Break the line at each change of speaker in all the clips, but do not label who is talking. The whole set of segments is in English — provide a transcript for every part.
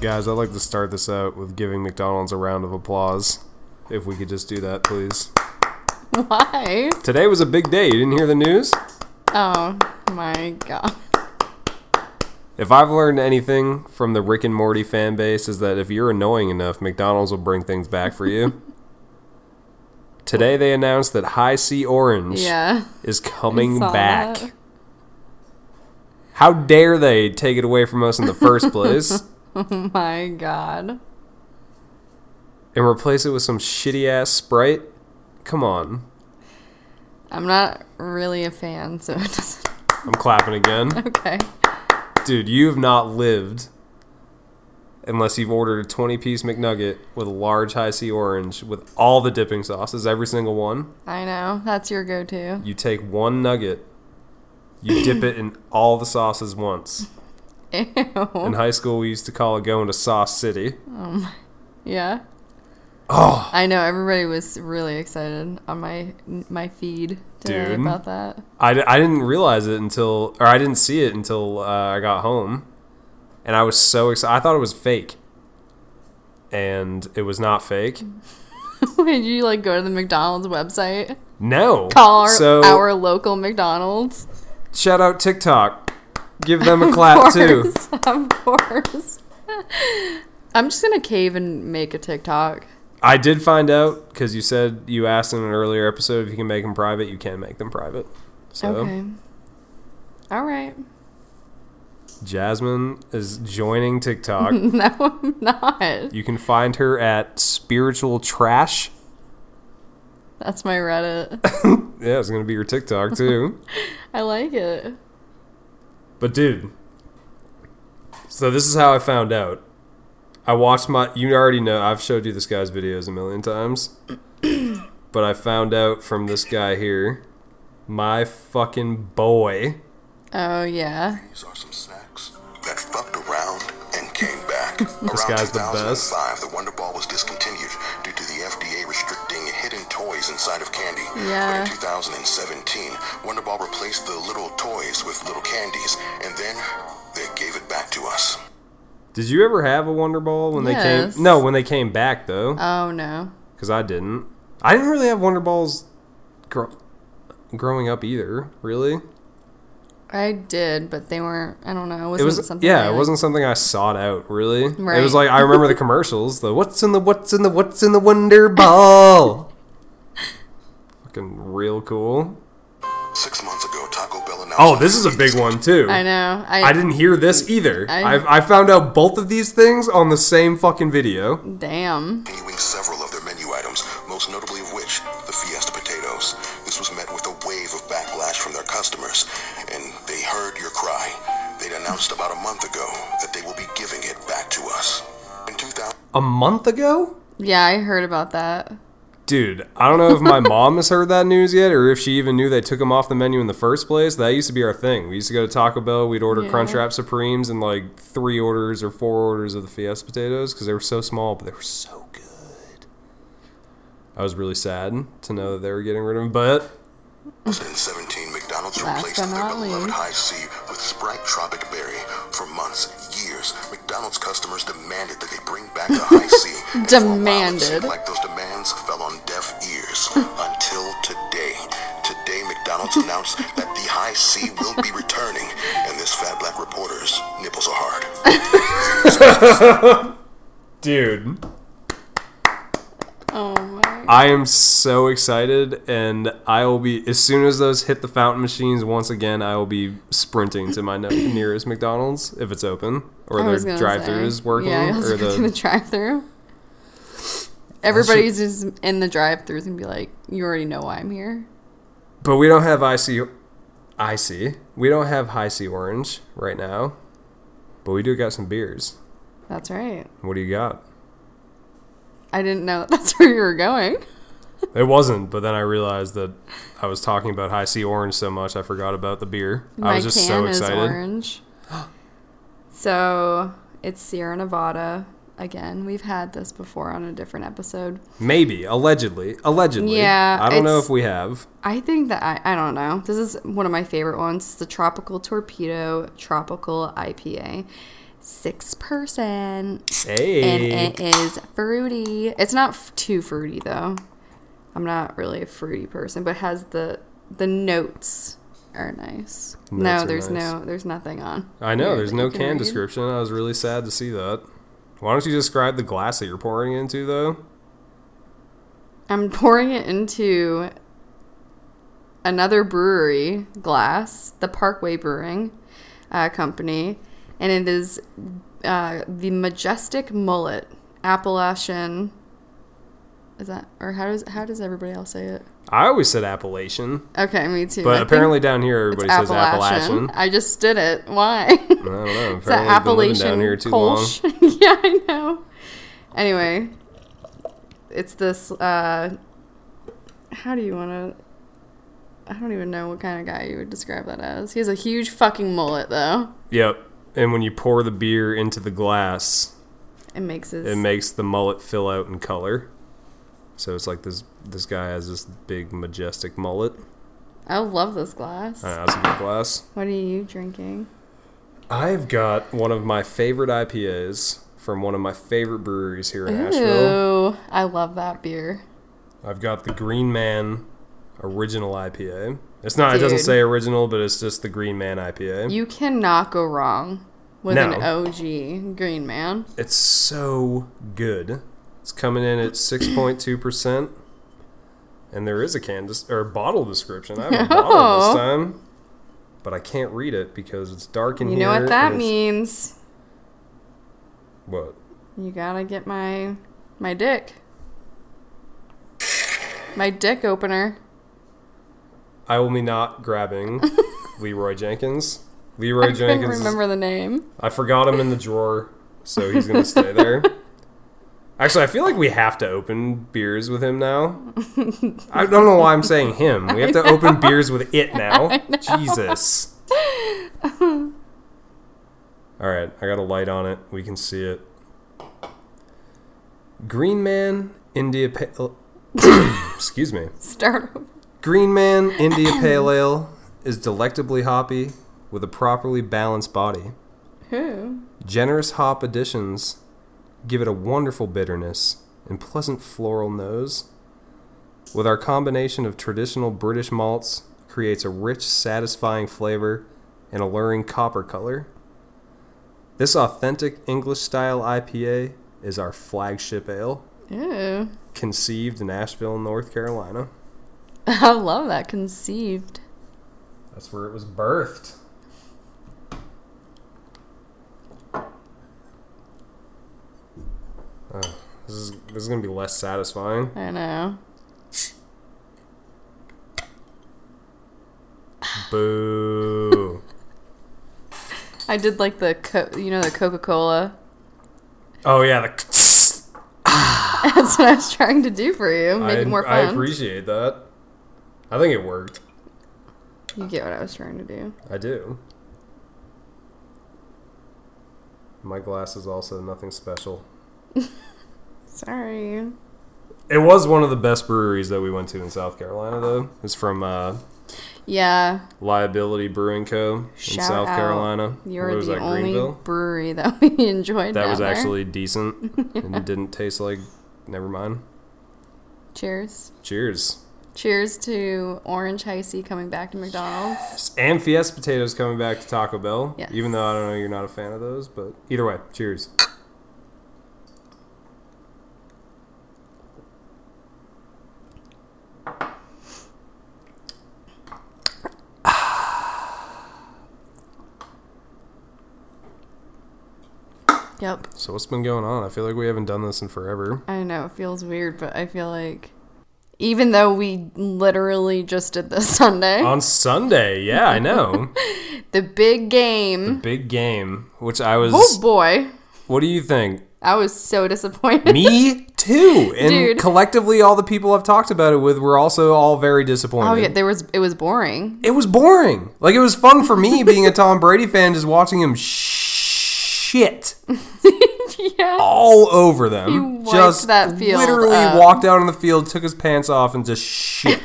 Guys, I'd like to start this out with giving McDonald's a round of applause. If we could just do that, please.
Why?
Today was a big day. You didn't hear the news?
Oh my god.
If I've learned anything from the Rick and Morty fan base is that if you're annoying enough, McDonald's will bring things back for you. Today they announced that High C Orange
Yeah.
is coming
saw
back.
that.
How dare they take it away from us in the first place
My god.
and replace it with some shitty ass Sprite? Come on.
I'm not really a fan, so it doesn't.
I'm clapping again.
Okay.
Dude, you've not lived unless you've ordered a 20 piece McNugget with a large high C orange with all the dipping sauces, every single one.
I know. That's your go to.
You take one nugget, you dip it in all the sauces once. In
Ew.
high school, we used to call it going to Sauce City.
Yeah.
Oh,
I know. Everybody was really excited on my my feed today
Dude.
about that.
I, di- I didn't realize it until, or I didn't see it until uh, I got home. And I was so excited. I thought it was fake. And it was not fake.
Did you like go to the McDonald's website?
No.
Call our,
so,
our local McDonald's.
Shout out TikTok. Give them a clap
course,
too.
Of course. I'm just gonna cave and make a TikTok.
I did find out because you said you asked in an earlier episode if you can make them private. You can make them private. So
Okay. All right.
Jasmine is joining TikTok.
No, I'm not.
you can find her at Spiritual Trash.
That's my Reddit.
Yeah, it's gonna be your TikTok too.
I like it.
but dude, so this is how I found out. I watched my. You already know. I've showed you this guy's videos a million times. but I found out from this guy here, my fucking boy.
Oh yeah.
These are some snacks that fucked around and came back. around
guy's the best.
2005, the Wonder Ball was discontinued due to the FDA restricting hidden toys inside of candy.
Yeah.
But in 2017, Wonder Ball replaced the little toys with little candies, and then they gave it back to us.
Did you ever have a Wonder Ball when they
Yes.
came? No, when they came back though,
Oh no.
because I didn't. I didn't really have Wonder Balls grow- growing up either. Really,
I did, but they weren't. I don't know. It
it
wasn't
was
something. I,
yeah, it
like-
wasn't something I sought out. Really, it was
Right.
like I remember the commercials. The what's in the what's in the what's in the Wonder Ball. Fucking real cool.
Six months ago, Taco Bell announced.
Oh, this is a big one too.
I know. I,
I didn't hear this either.
I-
I I found out both of these things on the same fucking video.
Damn.
continuing several of their menu items, most notably of which the Fiesta potatoes. This was met with a wave of backlash from their customers, and they heard your cry. They'd announced about a month ago that they will be giving it back to us. In 2000,
A month ago.
Yeah, I heard about that.
Dude, I don't know if my mom has heard that news yet or if she even knew they took them off the menu in the first place. That used to be our thing. We used to go to Taco Bell, we'd order
Yeah.
Crunchwrap Supremes and like three orders or four orders of the Fiesta potatoes because they were so small, but they were so good. I was really sad to know that they were getting rid of them, but
2017, McDonald's
Last
replaced
but
their
not
beloved
least.
High C with Sprite Tropic Berry. For months, years, McDonald's customers demanded that they bring back the High C. and for a while it
Demanded.
seemed like those demands fell on deaf ears until today. Today, McDonald's announced that the High C will be returning, and this fat black reporter's nipples are hard.
dude,
Oh my.
I am so excited and I will be, as soon as those hit the fountain machines once again, I will be sprinting to my ne- nearest McDonald's if it's open or
I was
their
gonna
drive
say.
throughs working
Yeah, I was
or
gonna do the drive-through. Everybody's just in the drive-throughs and be like, "You already know why I'm here."
But we don't have IC, IC. We don't have high C orange right now, but we do got some beers.
That's right.
What do you got?
I didn't know that's where you were going.
It wasn't, but then I realized that I was talking about high C orange so much I forgot about the beer. I
My
was just so
can is
excited.
orange. so it's Sierra Nevada. Again, we've had this before on a different episode.
Maybe allegedly, allegedly.
Yeah,
I don't know
it's-
if we have.
I think that I, I don't know. This is one of my favorite ones. It's the Tropical Torpedo Tropical IPA. six percent, and
Hey.
it is fruity. It's not f- too fruity though. I'm not really a fruity person, but has the the notes are nice.
Notes
no,
are
there's
nice.
no there's nothing on.
I know,
here
there's
that
no
you
can
read.
description. I was really sad to see that. Why don't you describe the glass that you're pouring into, though?
I'm pouring it into another brewery glass, the Parkway Brewing uh, Company, and it is uh, the Majestic Mullet Appalachian. Is that or how does how does everybody else say it?
I always said Appalachian,
Okay, me too. I
but
think
apparently down here everybody
it's
says Appalachian.
I just did it. Why?
I don't know.
It's
Apparently
an
I've been living
Appalachian
down here too
Kolsch. yeah, I know. Anyway, it's this. Uh, how do you want to? I don't even know what kind of guy you would describe that as. He has a huge fucking mullet, though.
long. Yep. And when you pour the beer into the glass,
It makes his.
it makes the mullet fill out in color. So it's like this this guy has this big majestic mullet.
I love this glass.
Uh, that's a big glass.
what are you drinking?
I've got one of my favorite IPAs from one of my favorite breweries here in Asheville.
Ooh, I love that beer.
I've got the Green Man Original IPA. It's not. It doesn't
Dude.
say original, but it's just the Green Man IPA.
You cannot go wrong with
No.
an OG Green Man.
It's so good. It's coming in at six point two percent, and there is a can dis- or bottle description. I have a bottle this
Oh.
time, but I can't read it because it's dark in
You
here.
know what
and
that
it's-
means.
What?
You gotta get my my dick. My dick opener.
I will be not grabbing Leroy Jenkins. Leroy
I couldn't
Jenkins.
remember the name.
I forgot him in the drawer, so he's gonna stay there. Actually, I feel like we have to open beers with him now. I don't know why I'm saying him. We have to open beers with it now. Jesus. All right, I got a light on it. We can see it. Green Man India Pale. Excuse me.
Start over.
Green Man India Pale Ale is delectably hoppy with a properly balanced body.
Who?
Generous hop additions give it a wonderful bitterness and pleasant floral nose. With our combination of traditional British malts creates a rich, satisfying flavor and alluring copper color. This authentic English style IPA is our flagship ale,
Ew.
conceived in Asheville, North Carolina.
I love that. Conceived.
That's where it was birthed. Oh, this is this is gonna be less satisfying.
I know.
Boo.
I did like the co- you know the Coca Cola.
oh yeah, the
That's what I was trying to do for you. Make
I,
it more
I
fun.
appreciate that. I think it worked.
you get what I was trying to do.
I do. My glass is also nothing special.
Sorry.
It was one of the best breweries that we went to in South Carolina, though. It's from uh,
Yeah.
Liability Brewing Co. in
Shout
South
out.
Carolina. What
You're
was
the
that,
only
Greenville?
brewery that we enjoyed.
That
down
was
there.
actually decent and didn't taste like. Never mind.
Cheers.
Cheers.
Cheers to Orange Heisey coming back to McDonald's.
And Fiesta potatoes coming back to Taco Bell.
Yes.
Even though I don't know you're not a fan of those, but either way, cheers.
Yep.
So what's been going on? I feel like we haven't done this in forever.
I know it feels weird, but I feel like even though we literally just did this Sunday,
On Sunday, yeah, I know.
the big game.
Big game, which I was.
Oh boy,
What do you think?
I was so disappointed.
Me too. And
Dude.
collectively, all the people I've talked about it with were also all very disappointed.
Oh yeah, there was it was boring.
it was boring. Like it was fun for me being a Tom Brady fan, just watching him shit
yeah.
all over them.
He wiped
just
that field
literally
up.
walked out on the field, took his pants off, and just shit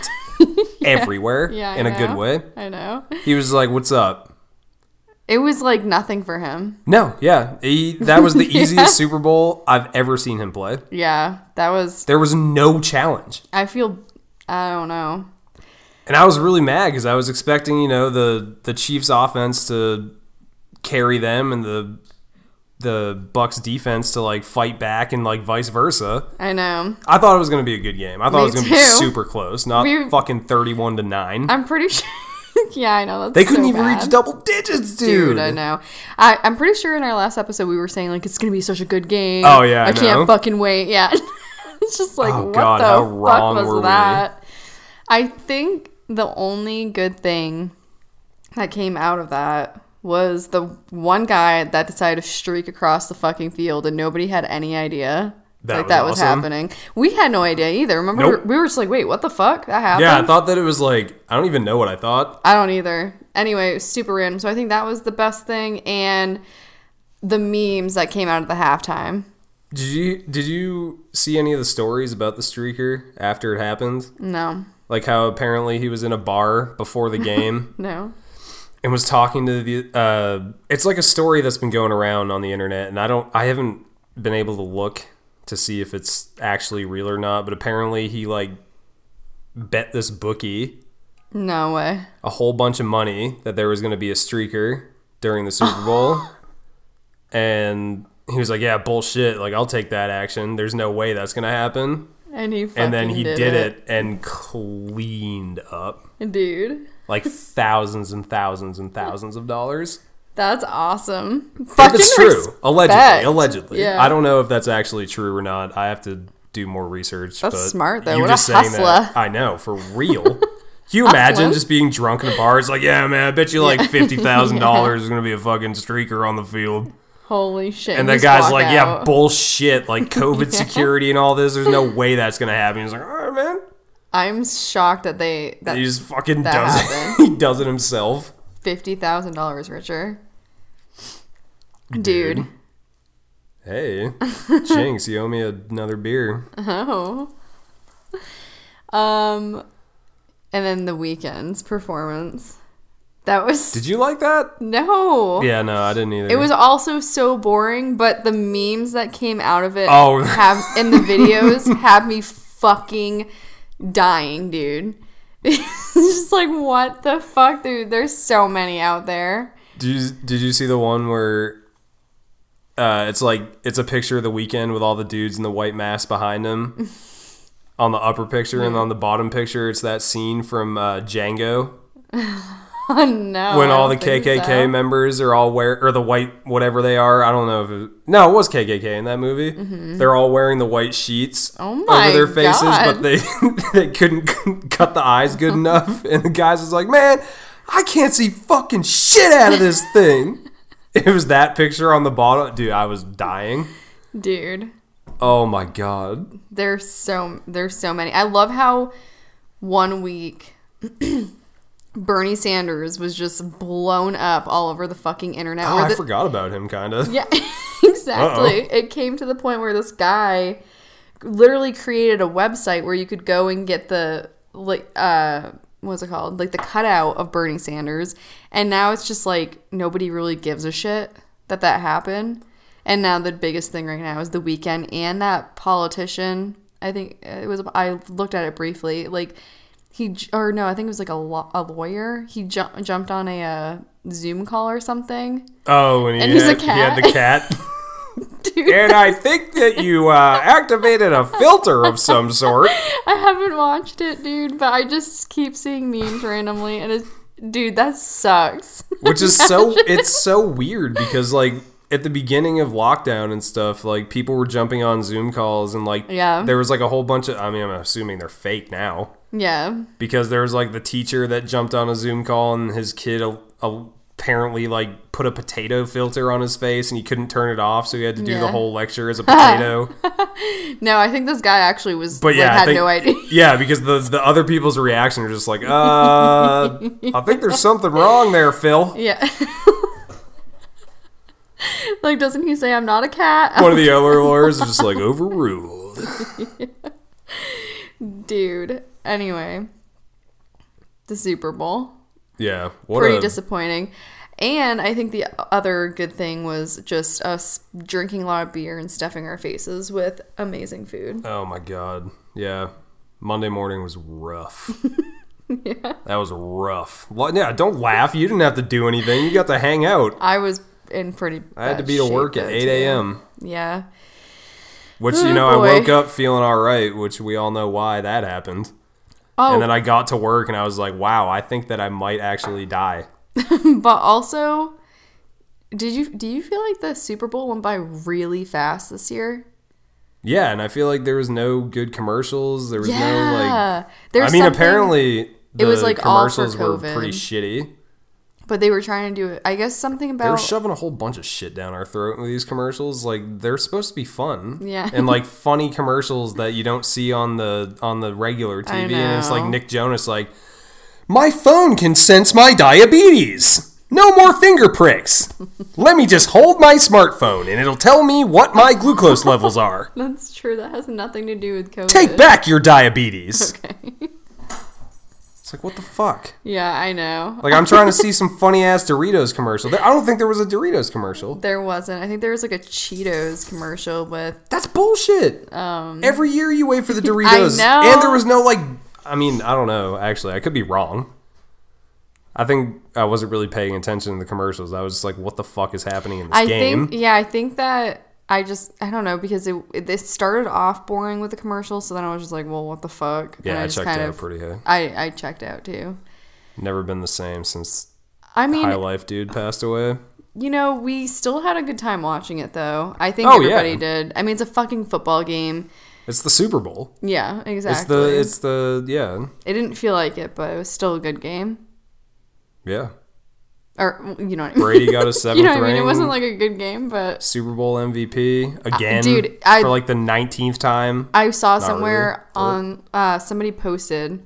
everywhere
Yeah, I
in a good
know.
way.
I know.
He was like, "What's up?"
It was like nothing for him.
No, yeah, he, that was the easiest Super Bowl I've ever seen him play.
Yeah, that was.
There was no challenge,
I feel. I don't know.
and I was really mad because I was expecting, you know, the the Chiefs' offense to carry them and the the Bucks' defense to like fight back and like vice versa.
I know.
I thought it was going to be a good game. I thought
Me
it was going to be
too.
super close, not
We-
fucking thirty-one to nine.
I'm pretty sure. yeah, I know. That's
They couldn't
so
even
bad.
reach double digits, dude.
Dude, I know. I, I'm pretty sure in our last episode we were saying like it's gonna be such a good game.
Oh, yeah,
I
I know.
can't fucking wait. Yeah, it's just like
Oh,
what
God,
the
how
fuck
wrong
was
were we?
that? I think the only good thing that came out of that was the one guy that decided to streak across the fucking field and nobody had any idea.
That
like
was
that was
awesome.
happening. We had no idea either. Remember, we,
Nope.
were, we were just like, "Wait, what the fuck? That happened."
Yeah, I thought that it was like I don't even know what I thought.
I don't either. Anyway, it was super random. So I think that was the best thing and the memes that came out at the halftime.
Did you did you see any of the stories about the streaker after it happened?
No.
Like how apparently he was in a bar before the game
No.
and was talking to the uh it's like a story that's been going around on the internet and I don't I haven't been able to look to see if it's actually real or not, but apparently he like bet this bookie
No way.
a whole bunch of money that there was going to be a streaker during the Super Bowl. and he was like, "Yeah, bullshit. Like I'll take that action. There's no way that's going to happen."
And he fucking
And then he did, it. and cleaned up
Dude.
like thousands and thousands and thousands of dollars.
That's awesome.
If
Fucking
it's true,
respect.
allegedly, allegedly.
Yeah.
I don't know if that's actually true or not. I have to do more research.
That's
but
smart, though.
you
What a
just saying
hustler.
That, I know for real. Can you imagine
Hustling.
just being drunk in a bar? It's like, yeah, man, I bet you like fifty thousand dollars is gonna be a fucking streaker on the field,
Holy shit.
and the
just
guy's
walk
like, yeah,
out.
bullshit, like COVID security and all this. There's no way that's gonna happen. He's like, all right, man.
I'm shocked that they
And he
that
just fucking
that
does it.
happened.
he does it himself.
fifty thousand dollars richer. Dude.
Hey, Jinx, you owe me another beer.
Oh. Um and then the weekend's performance. That was
Did you like that?
No.
Yeah, no, I didn't either.
It was also so boring, but the memes that came out of it
Oh.
have in the videos have me fucking dying, dude. It's just like what the fuck, dude. There's so many out there.
Did you, did you see the one where uh, it's like it's a picture of the weekend with all the dudes in the white mask behind him on the upper picture and on the bottom picture it's that scene from uh, Django
Oh no.
when
I
all the
don't think
KKK
so.
members are all wear or the white whatever they are I don't know if it was, no it was KKK in that movie they're all wearing the white sheets
Mm-hmm. Oh my
over their faces
God.
but they they couldn't cut the eyes good enough and the guys was like man I can't see fucking shit out of this thing it was that picture on the bottom dude I was dying
Dude.
oh my god
There's so there's so many. I love how one week Bernie Sanders was just blown up all over the fucking internet.
oh
where
I
the-
forgot about him kind of
Yeah, exactly. It came to the point where this guy literally created a website where you could go and get the like uh what's it called? Like the cutout of Bernie Sanders. And now it's just like nobody really gives a shit that that happened. And now the biggest thing right now is the weekend and that politician. I think it was I looked at it briefly. Like he j- or no, I think it was like a, law a lawyer. He ju- jumped on a uh, Zoom call or something.
oh and he,
And he's a
had, he had the
cat.
cat
Dude.
and I think that you uh, activated a filter of some sort.
I haven't watched it, dude, but I just keep seeing memes randomly, and it's dude, that sucks.
which is so it's so weird because like at the beginning of lockdown and stuff like people were jumping on zoom calls and like
Yeah.
there was like a whole bunch of i mean i'm assuming they're fake now
yeah,
because there was like the teacher that jumped on a zoom call and his kid a, apparently like put a potato filter on his face and he couldn't turn it off so he had to do the
Yeah.
whole lecture as a potato
no, I think this guy actually was,
but
like,
yeah I
had
think-
no idea.
yeah because the the other people's reaction are just like uh i think there's something wrong there phil
yeah, like doesn't he say I'm not a cat,
one of the other lawyers is just like overruled
dude? Anyway, the Super Bowl,
Yeah, what
pretty
a
disappointing. And I think the other good thing was just us drinking a lot of beer and stuffing our faces with amazing food.
Oh my god. Yeah. Monday morning was rough. yeah. That was rough. Well, yeah, don't laugh. You didn't have to do anything. You got to hang out.
I was in pretty.
I had to
bad
be to
shape
work at
though,
8
too.
a.m.,
Yeah.
which,
Oh,
you know,
boy.
I woke up feeling all right, which we all know why that happened.
Oh,
And then I got to work and I was like, wow, I think that I might actually die.
but also, did you do you feel like the Super Bowl went by really fast this year?
Yeah, and I feel like there was no good commercials. There was no like.
Yeah,
I
there's.
mean,
something-
apparently the
was, like, all for
commercials were
COVID.
pretty shitty.
but they were trying to do it. I guess something about.
They're shoving a whole bunch of shit down our throat with these commercials. Like they're supposed to be fun,
Yeah.
and like funny commercials that you don't see on the on the regular TV.
I
And it's like
know.
Nick Jonas, like, my phone can sense my diabetes. No more finger pricks. Let me just hold my smartphone, and it'll tell me what my glucose levels are.
that's true. That has nothing to do with COVID.
Take back your diabetes. It's like what the fuck.
Yeah, I know.
Like I'm trying to see some funny ass Doritos commercial. There- I don't think there was a Doritos commercial.
There wasn't. I think there was like a Cheetos commercial with.
That's bullshit. Every year you wait for the Doritos,
Um, know.
and there was no like. I mean, I don't know. Actually, I could be wrong. I think I wasn't really paying attention to the commercials. I was just like, "What the fuck is happening in this
I
game?"
think. Yeah, I think that. I just I don't know because it it it started off boring with the commercial, so then I was just like, well, what the fuck?
yeah, I,
just
checked
kind
out
of-
pretty high.
I I checked out too.
Never been the same since
I mean,
High Life dude passed away.
You know, we still had a good time watching it, though. I think
Oh, yeah.
everybody did. I mean, it's a fucking football game.
It's the Super Bowl.
Yeah,
It's
exactly.
the it's the yeah
it didn't feel like it, but it was still a good game.
yeah.
Or well, you know, what I mean.
Brady got his seventh
you know what I
ring.
mean. It wasn't like a good game, but
Super Bowl MVP again,
Uh, dude, I-
for like the nineteenth time.
I saw
really,
somewhere
but-
on uh, somebody posted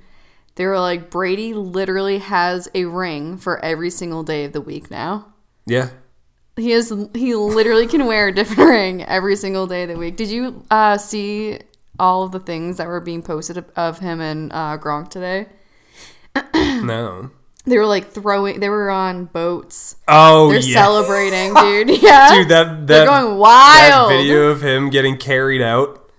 they were like Brady literally has a ring for every single day of the week now.
yeah,
He is he literally can wear a different ring every single day of the week. Did you uh, see all of the things that were being posted of him and uh, Gronk today?
no.
They were like throwing. They were on boats.
Oh
They're
yeah,
celebrating, dude. Yeah,
dude. That that
they're going
that
wild.
video of him getting carried out.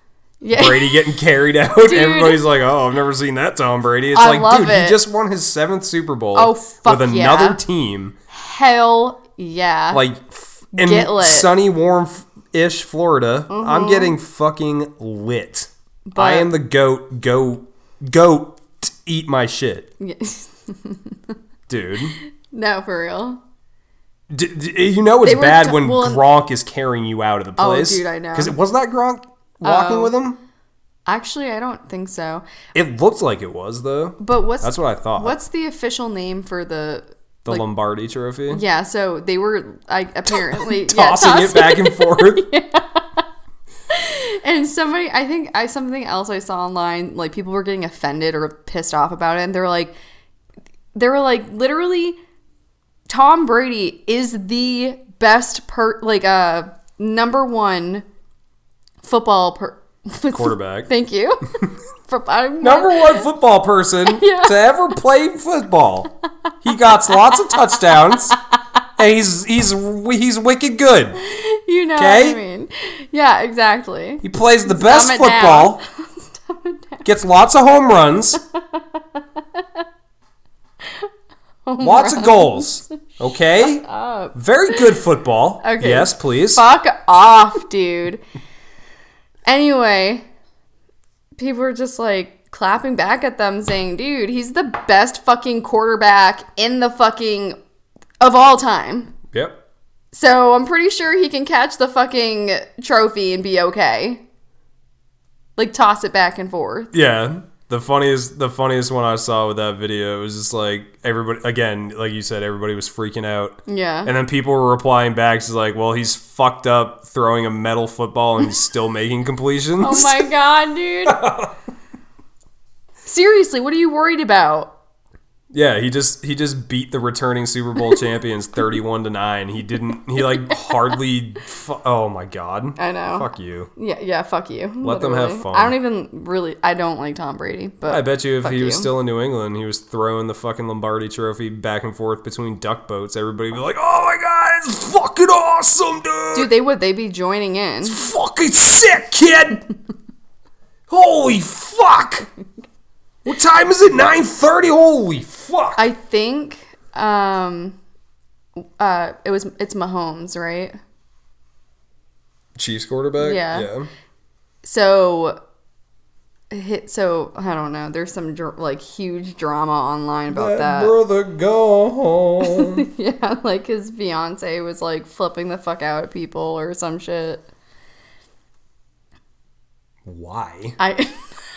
yeah.
Brady getting carried out. Everybody's like, "Oh, I've never seen that Tom Brady." It's
I
like,
love
dude,
it.
he just won his seventh Super Bowl
Oh, fuck
with
yeah.
another team.
Hell yeah!
Like f- in
Get lit. Mm-hmm.
sunny, warm-ish Florida. I'm getting fucking lit. I
But-
am the goat. Go, goat. Eat my shit, dude.
no, for real.
D- d- eh, you know it's
were
bad
t-
when
well, and-
Gronk is carrying you out of the
Oh,
place.
dude, I know. Oh.
Because was that Gronk walking with him?
Actually, I don't think so.
It looked like it was though.
But what's
That's what I thought.
what's the official name for the?
the Lombardi Trophy?
Yeah, so they were like apparently
Tossing
yeah,
it back and forth.
And somebody, I think I something else I saw online, like people were getting offended or pissed off about it, and they were like, they were like, literally, Tom Brady is the best per like uh number one football per
Quarterback.
Thank you. For, I'm
Number one football person to ever play football. He got lots of touchdowns. And he's he's he's wicked good.
you know
Okay.
what I mean? Yeah, exactly.
He plays the best
it
football. Gets lots of home runs. lots of goals. Okay? Very good football.
Okay.
Yes, please.
Fuck off, dude. Anyway, people were just like clapping back at them, saying, dude, he's the best fucking quarterback in the fucking of all time.
Yep.
So I'm pretty sure he can catch the fucking trophy and be okay. Like toss it back and forth.
Yeah. The funniest the funniest one I saw with that video was just like everybody again, like you said, everybody was freaking out.
Yeah.
And then people were replying back, just like, well, he's fucked up throwing a metal football and he's still making completions.
oh my god, dude. Seriously, what are you worried about?
Yeah, he just he just beat the returning Super Bowl champions thirty-one to nine. He didn't. He like hardly. Fu- oh my god.
I know.
Fuck you.
Yeah, yeah, fuck you.
Let them have
literally.
fun.
I don't even really. I don't like Tom Brady, but
I bet you if
fuck
he was
you.
still in New England, he was throwing the fucking Lombardi Trophy back and forth between duck boats. Everybody would be like, "Oh my god, it's fucking awesome, dude!
dude, they would they be joining in?
Fucking sick, kid! Holy fuck! What time is it? Nine thirty? Holy fuck!
I think um, uh, it was it's Mahomes, right?
Chiefs quarterback.
Yeah. So, hit. So I don't know. There's some dr- like huge drama online about that.
brother gone.
Yeah, like his fiance was like flipping the fuck out at people or some shit.
Why?
I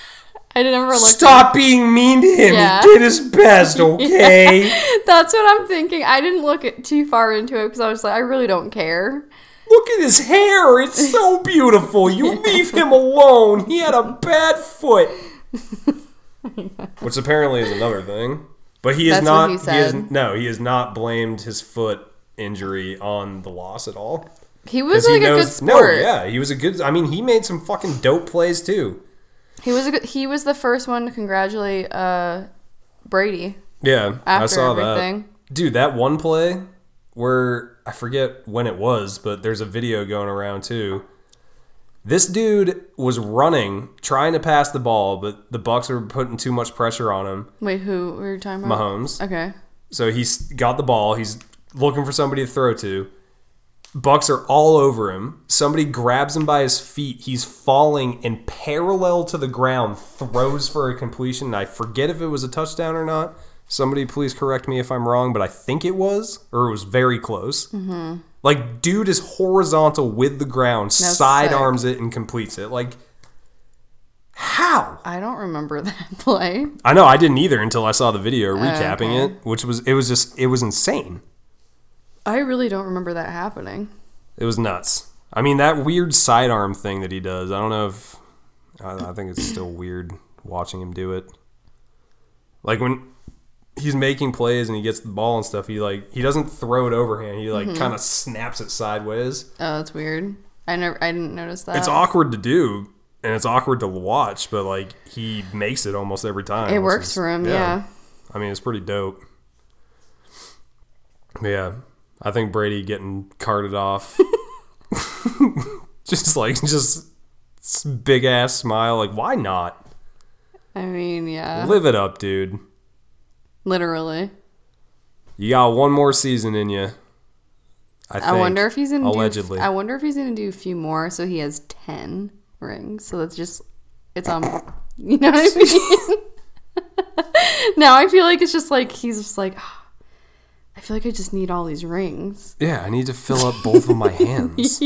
I never looked.
Stop being mean to him.
Yeah.
He did his best, okay?
That's what I'm thinking. I didn't look it too far into it because I was like, I really don't care.
Look at his hair. It's so beautiful. You leave him alone. He had a bad foot. Which apparently is another thing. But he is
That's what
not
he
he, is
said.
no, he has not blamed his foot injury on the loss at all.
He was like
he
a good sport.
No, yeah, he was a good I mean, he made some fucking dope plays too.
He was a good, he was the first one to congratulate uh, Brady
Yeah, I
after
saw that.
everything.
Dude, that one play where I forget when it was, but there's a video going around too. This dude was running, trying to pass the ball, but the Bucks were putting too much pressure on him,
Wait, who were you talking about?
Mahomes.
Okay.
So he's got the ball, he's looking for somebody to throw to. Bucks are all over him. Somebody grabs him by his feet. He's falling and parallel to the ground, throws for a completion. I forget if it was a touchdown or not. Somebody please correct me if I'm wrong, but I think it was, or it was very close. Mm-hmm. Like, dude is horizontal with the ground, side
sick.
arms it, and completes it. Like, how?
I don't remember that play.
I know I didn't either until I saw the video recapping it, which was it was just it was insane.
I really don't remember that happening.
It was nuts. I mean, that weird sidearm thing that he does. I don't know if I, I think it's still weird watching him do it. Like when he's making plays and he gets the ball and stuff, he like he doesn't throw it overhand. He
Mm-hmm.
like kind of snaps it sideways.
Oh, that's weird. I never I didn't notice that.
It's awkward to do and it's awkward to watch, but like he makes it almost every time.
It
which
works
is-
for him, yeah.
I mean, it's pretty dope. But yeah, I think Brady getting carted off, just like just big ass smile. Like, why not?
I mean, yeah.
Live it up, dude.
Literally.
You got one more season in you. I,
I
think,
wonder if he's gonna
allegedly.
Do, I wonder if he's gonna do a few more, so he has ten rings. So that's just it's um, you know what I mean. now I feel like it's just like he's just like, "Ah, I feel like I just need all these rings.
yeah, I need to fill up both of my hands.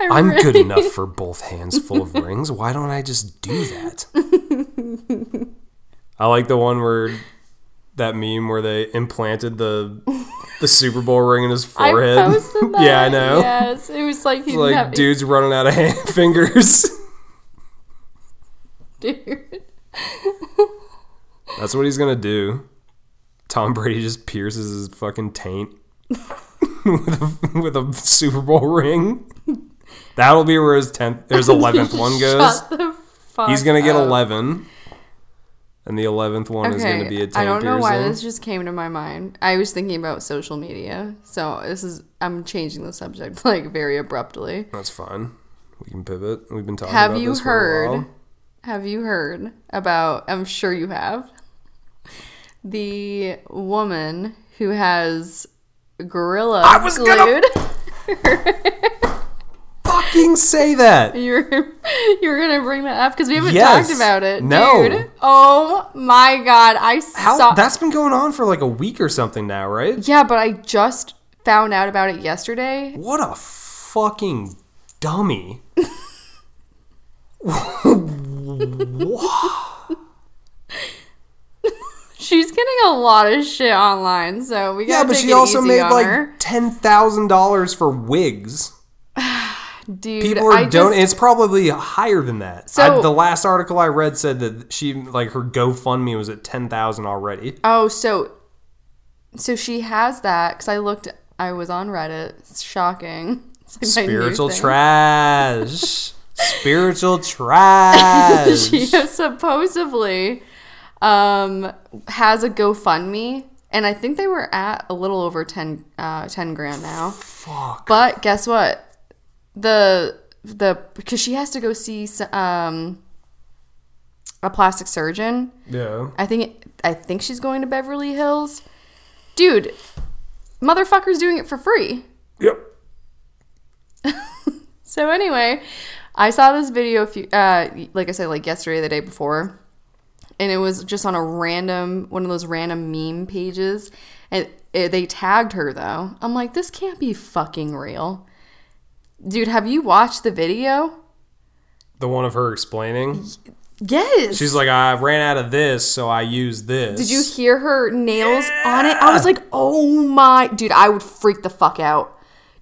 I'm good enough for both hands full of rings. Why don't I just do that? I like the one where that meme where they implanted the the Super Bowl ring in his
I
forehead.
posted that.
yeah, I know.
Yes, it was like he
Like
like dude.
dudes running out of hand fingers.
dude.
That's what he's gonna do. Tom Brady just pierces his fucking taint with, a, with a Super Bowl ring. That'll be where his tenth, his eleventh one goes.
Shut the fuck.
He's gonna get
up.
eleven, and the eleventh one is gonna be a taint
I don't know why
piercing.
this just came to my mind. I was thinking about social media, so this is I'm changing the subject like very abruptly.
That's fine. We can pivot. We've been talking.
Have
about
you
this for a
heard?
while.
Have you heard about? I'm sure you have. The woman who has gorilla
I was
glued.
gonna- Fucking say that.
You're you're gonna bring that up because we haven't
Yes.
talked about it,
No.
dude. Oh my god, I
How,
saw.
that's been going on for like a week or something now, right?
yeah, but I just found out about it yesterday.
What a fucking dummy.
She's getting a lot of shit online, so we gotta
Yeah, but
take
she
it
also
easy
made
on
like
her.
ten thousand dollars for wigs.
Dude,
People are
I
donating.
just,
It's probably higher than that.
So-
I, the last article I read said that she like her GoFundMe was at ten thousand already.
Oh, so so she has that because I looked. I was on Reddit. It's shocking. It's like my new
Spiritual
thing.
trash. Spiritual trash.
she supposedly um, has a GoFundMe, and I think they were at a little over 10, uh, 10 grand now.
Fuck.
But guess what? The the because she has to go see s- um, a plastic surgeon.
Yeah.
I think I think she's going to Beverly Hills. Dude, motherfucker's doing it for free.
Yep.
So anyway, I saw this video a few, uh, like I said, like yesterday, the day before, and it was just on a random one of those random meme pages, and it, they tagged her though. I'm like, this can't be fucking real, dude. Have you watched the video?
The one of her explaining.
Yes.
She's like, I ran out of this, so I used this.
Did you hear her nails on it? I was like, oh my. Dude, I would freak the fuck out.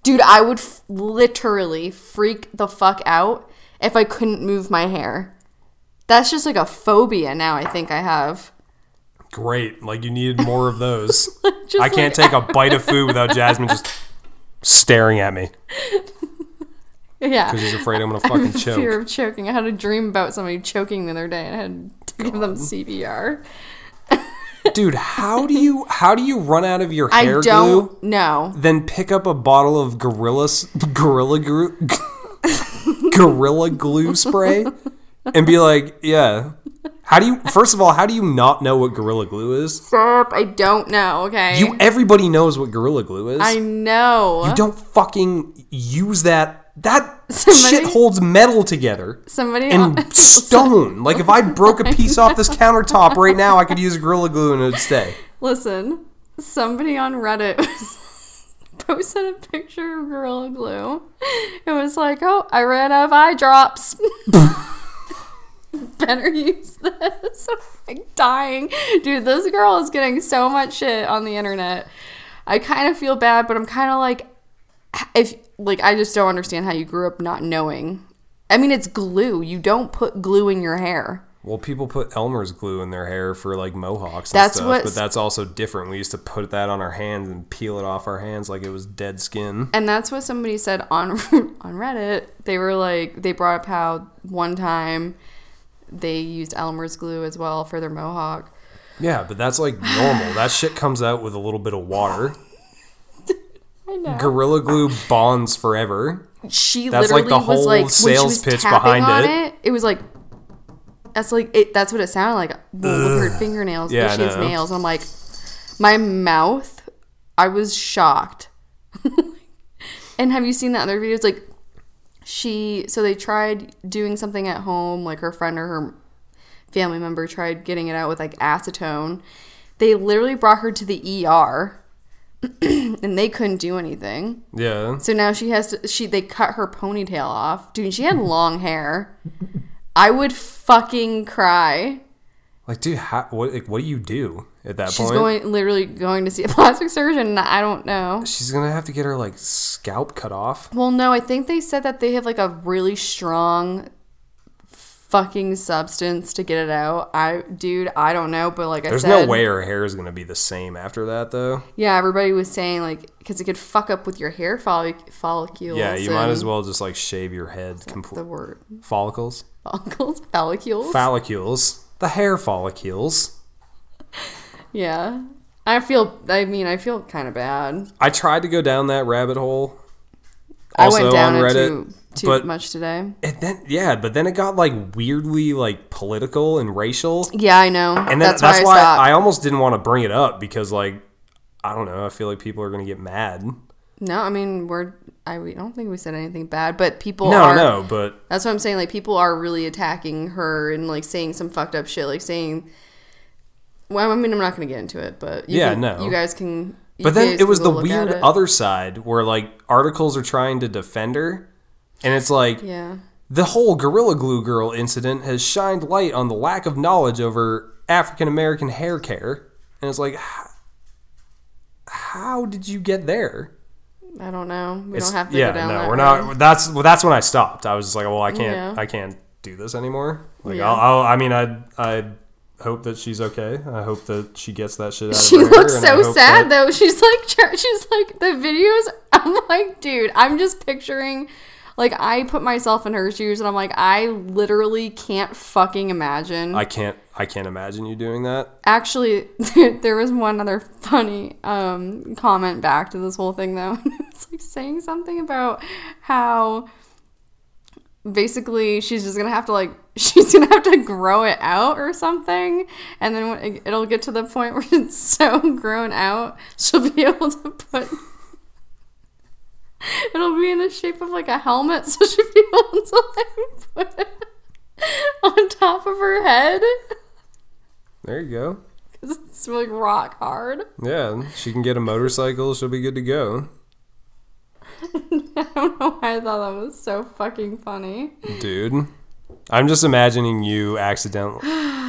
Dude, I would f- literally freak the fuck out if I couldn't move my hair. That's just like a phobia now, I think I have.
Great. Like you needed more of those.
Just
I can't take a bite of food without Jasmine just staring at me.
take Yeah.
She's afraid I'm gonna fucking choke.
Fear of choking. I had a dream about somebody choking the other day and I had to give them CPR.
Dude, how do you how do you run out of your
I
hair
don't
glue?
know.
Then pick up a bottle of gorilla s- gorilla glue gorilla glue spray and be like, yeah. How do you first of all, how do you not know what gorilla glue is?
Sup, I don't know, okay?
You everybody knows what gorilla glue is.
I know.
You don't fucking use that. That
Somebody-
shit holds metal together.
Somebody
And stone. Like if I broke a piece off this countertop right now, I could use Gorilla Glue and it'd stay.
Listen, somebody on Reddit was- posted a picture of Gorilla Glue. It was like, oh, I ran out of eye drops. Better use this. I'm like dying. Dude, this girl is getting so much shit on the internet. I kind of feel bad, but I'm kind of like, if, like, I just don't understand how you grew up not knowing. I mean, it's glue. You don't put glue in your hair.
Well, people put Elmer's glue in their hair for like mohawks and
That's
stuff,
what's-
but that's also different. We used to put that on our hands and peel it off our hands like it was dead skin.
And that's what somebody said on on Reddit. They were like, they brought up how one time they used Elmer's glue as well for their mohawk.
Yeah, but that's like normal. that shit comes out with a little bit of water.
I know.
Gorilla Glue bonds forever.
She
That's like
literally
the
was
whole
like, when she
sales
was
pitch
tapping
behind
on
it.
it. it, was like, that's like it. That's what it sounded like with her fingernails.
Yeah,
Yeah,
I
she has
know.
nails. I'm like, my mouth. I was shocked. and have you seen the other videos? Like, she. So they tried doing something at home. Like her friend or her family member tried getting it out with like acetone. They literally brought her to the ER, and they couldn't do anything.
Yeah.
So now she has to, she they cut her ponytail off. Dude, she had long hair. I would fucking cry.
Like, dude, how, what like, what do you do at that
She's
point?
going literally going to see a plastic surgeon. and I don't know.
She's gonna have to get her like scalp cut off.
Well, no, I think they said that they have like a really strong fucking substance to get it out. I dude, I don't know, but like
There's
I said,
no way her hair is gonna be the same after that, though.
Yeah, everybody was saying like because it could fuck up with your hair follic- follicles.
Yeah, you might
and
as well just like shave your head completely.
The word
follicles,
follicles, follicles.
follicles, the hair follicles.
Yeah. I feel I mean, I feel kind of bad.
I tried to go down that rabbit hole.
I
also
went down
on
it
Reddit,
too, too
but-
much today.
And then yeah, but then it got like weirdly like political and racial.
Yeah, I know.
And then,
that's,
that's,
why,
why,
I stopped.
I, almost didn't want to bring it up because like I don't know, I feel like people are gonna get mad.
no, I mean we're I we don't think we said anything bad, but people
No,
are.
no, but
That's what I'm saying. Like people are really attacking her and like saying some fucked up shit, like saying. Well, I mean, I'm not gonna get into it, but you
Yeah,
can-
no.
you guys can. you
But then
guys
it was
can
the
go look at
weird
it.
other side where like articles are trying to defend her. And it's like
Yeah,
the whole Gorilla Glue Girl incident has shined light on the lack of knowledge over African American hair care. And it's like h- how did you get there?
I don't know. We
It's-
don't have to
yeah,
go down
no,
that
we're
road.
not. That's well, that's when I stopped. I was just like, well, I can't,
Yeah.
I can't do this anymore. Like,
Yeah.
I'll, I'll, I mean, I, I hope that she's okay. I hope that she gets that shit out.
She
of her,
looks
and I
so
hope
sad
that-
though. She's like, tr- she's like, the videos. I'm like, dude, I'm just picturing, like, I put myself in her shoes, and I'm like, I literally can't fucking imagine.
I can't, I can't imagine you doing that.
Actually, there was one other funny um, comment back to this whole thing though. it's like saying something about how basically she's just gonna have to like she's gonna have to grow it out or something and then when it- it'll get to the point where it's so grown out she'll be able to put it'll be in the shape of like a helmet so she'll be able to like put it on top of her head
There you go.
it's like rock hard
Yeah, she can get a motorcycle. She'll be good to go,
i don't know why i thought that was so fucking funny
dude. I'm just imagining you accidentally,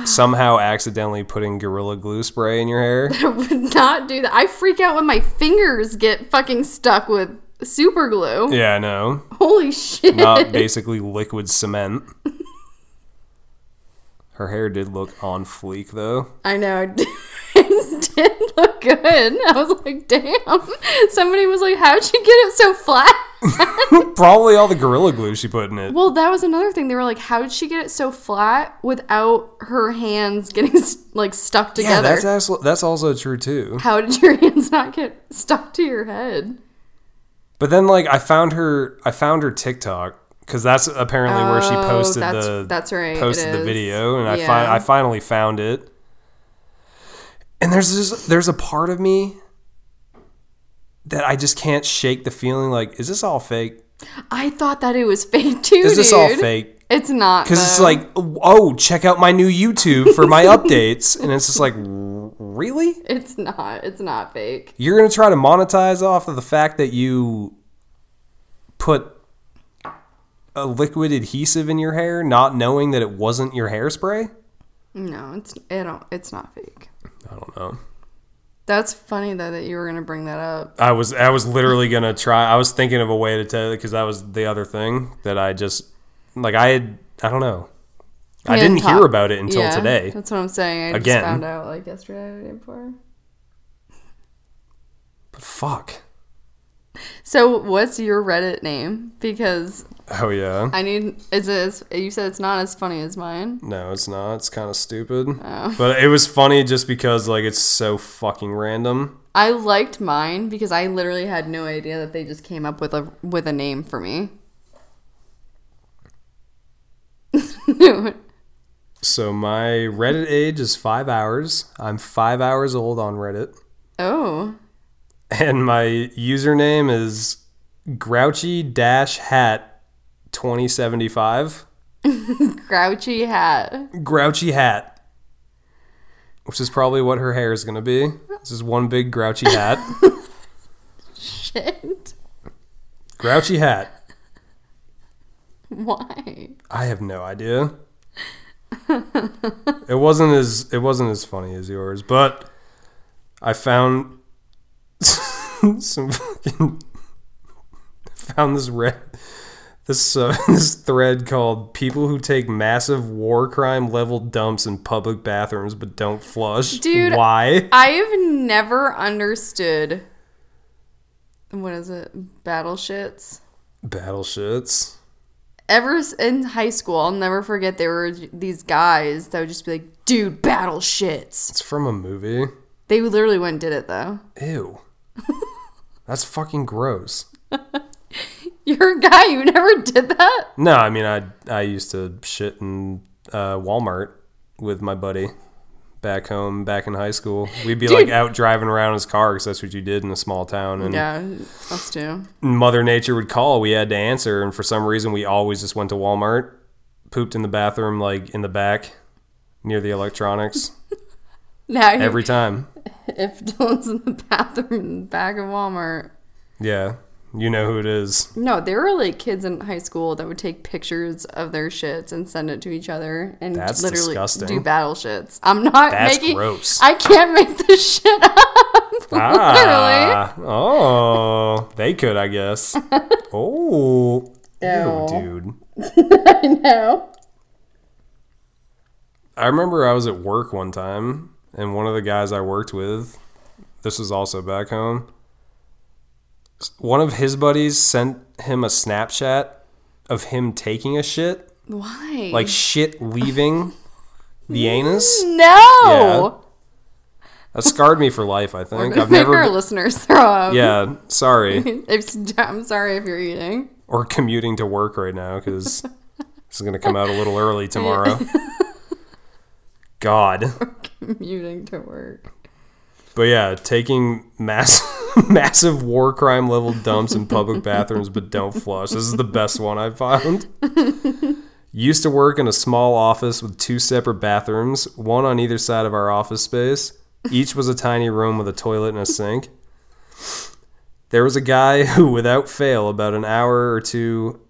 somehow accidentally putting gorilla glue spray in your hair.
I would not do that. I freak out when my fingers get fucking stuck with super glue.
Yeah, I know.
Holy shit.
not basically liquid cement. Her hair did look on fleek though.
I know. It did- it did look good. I was like, damn. Somebody was like, how'd you get it so flat?
Probably all the gorilla glue she put in it.
Well, that was another thing. They were like, how did she get it so flat without her hands getting like stuck
yeah,
together?
that's also, that's also true too.
how did your hands not get stuck to your head?
But then like I found her I found her TikTok because that's apparently where she
Oh,
posted
that's-
the
that's right, it
posted the
is.
video and I
Yeah.
fi- I finally found it. And there's this, there's a part of me that I just can't shake the feeling like is this all fake?
I thought that it was fake too.
Is this all
dude. Um.
fake?
It's not.
because it's
though.
like oh check out my new youtube for my updates and it's just like really
it's not. It's not fake.
you're gonna try to monetize off of the fact that you put a liquid adhesive in your hair not knowing that it wasn't your hairspray
No, it's it don't, it's not fake.
i don't know
That's funny though that you were gonna bring that up.
i was i was literally gonna try i was thinking of a way to tell because that was the other thing that i just like i had i don't know i
We
didn't
talk-
hear about it until
Yeah,
today
That's what I'm saying. I
Again.
just found out like yesterday or the day before.
but fuck
So what's your Reddit name? Because
oh yeah
I need is this you said it's not as funny as mine.
No, it's not. It's kind of stupid.
Oh.
But it was funny just because like it's so fucking random.
I liked mine because I literally had no idea that they just came up with a with a name for me.
So my Reddit age is 5 hours. I'm 5 hours old on Reddit
oh.
and my username is grouchy-hat2075.
Grouchy hat.
Grouchy hat. Which is probably what her hair is going to be. This is one big grouchy hat.
Shit.
grouchy hat.
Why?
I have no idea. it wasn't as it wasn't as funny as yours, but I found some fucking found this red this uh, this thread called "People Who Take Massive War Crime Level Dumps in Public Bathrooms But Don't Flush."
Dude,
why?
I have never understood what is it? Battleships.
Battleships.
Ever s- in high school, I'll never forget there were these guys that would just be like, "Dude, battleshits."
It's from a movie.
They literally went and did it though.
Ew. That's fucking gross.
You're a guy who never did that.
No, I mean I I used to shit in uh, Walmart with my buddy back home back in high school. We'd be like out driving around in his car because that's what you did in a small town, and
Yeah, us too.
Mother Nature would call. We had to answer, and for some reason we always just went to Walmart, pooped in the bathroom like in the back near the electronics
Now you-
every time.
if Dylan's in the bathroom in the back of Walmart.
Yeah, you know who it is.
No, there were like kids in high school that would take pictures of their shits and send it to each other and
That's
literally
disgusting.
do battle shits. I'm not
That's
making
gross.
I can't make this shit up.
Ah, oh, they could, I guess. oh,
Ew.
Ew, dude.
I know.
I remember I was at work one time, and one of the guys I worked with, this was also back home, s- one of his buddies sent him a Snapchat of him taking a shit,
Why?
like shit leaving the anus.
no.
That scarred me for life, I
We're
think.
gonna
I've
make our
never.
listeners throw up.
Yeah, sorry.
It's- I'm sorry if you're eating.
Or commuting to work right now because this is going to come out a little early tomorrow. God.
Muting to work.
But yeah, taking mass massive war crime level dumps in public bathrooms but don't flush. This is the best one I've found. Used to work in a small office with two separate bathrooms, one on either side of our office space. Each was a tiny room with a toilet and a sink. There was a guy who, without fail, about an hour or two.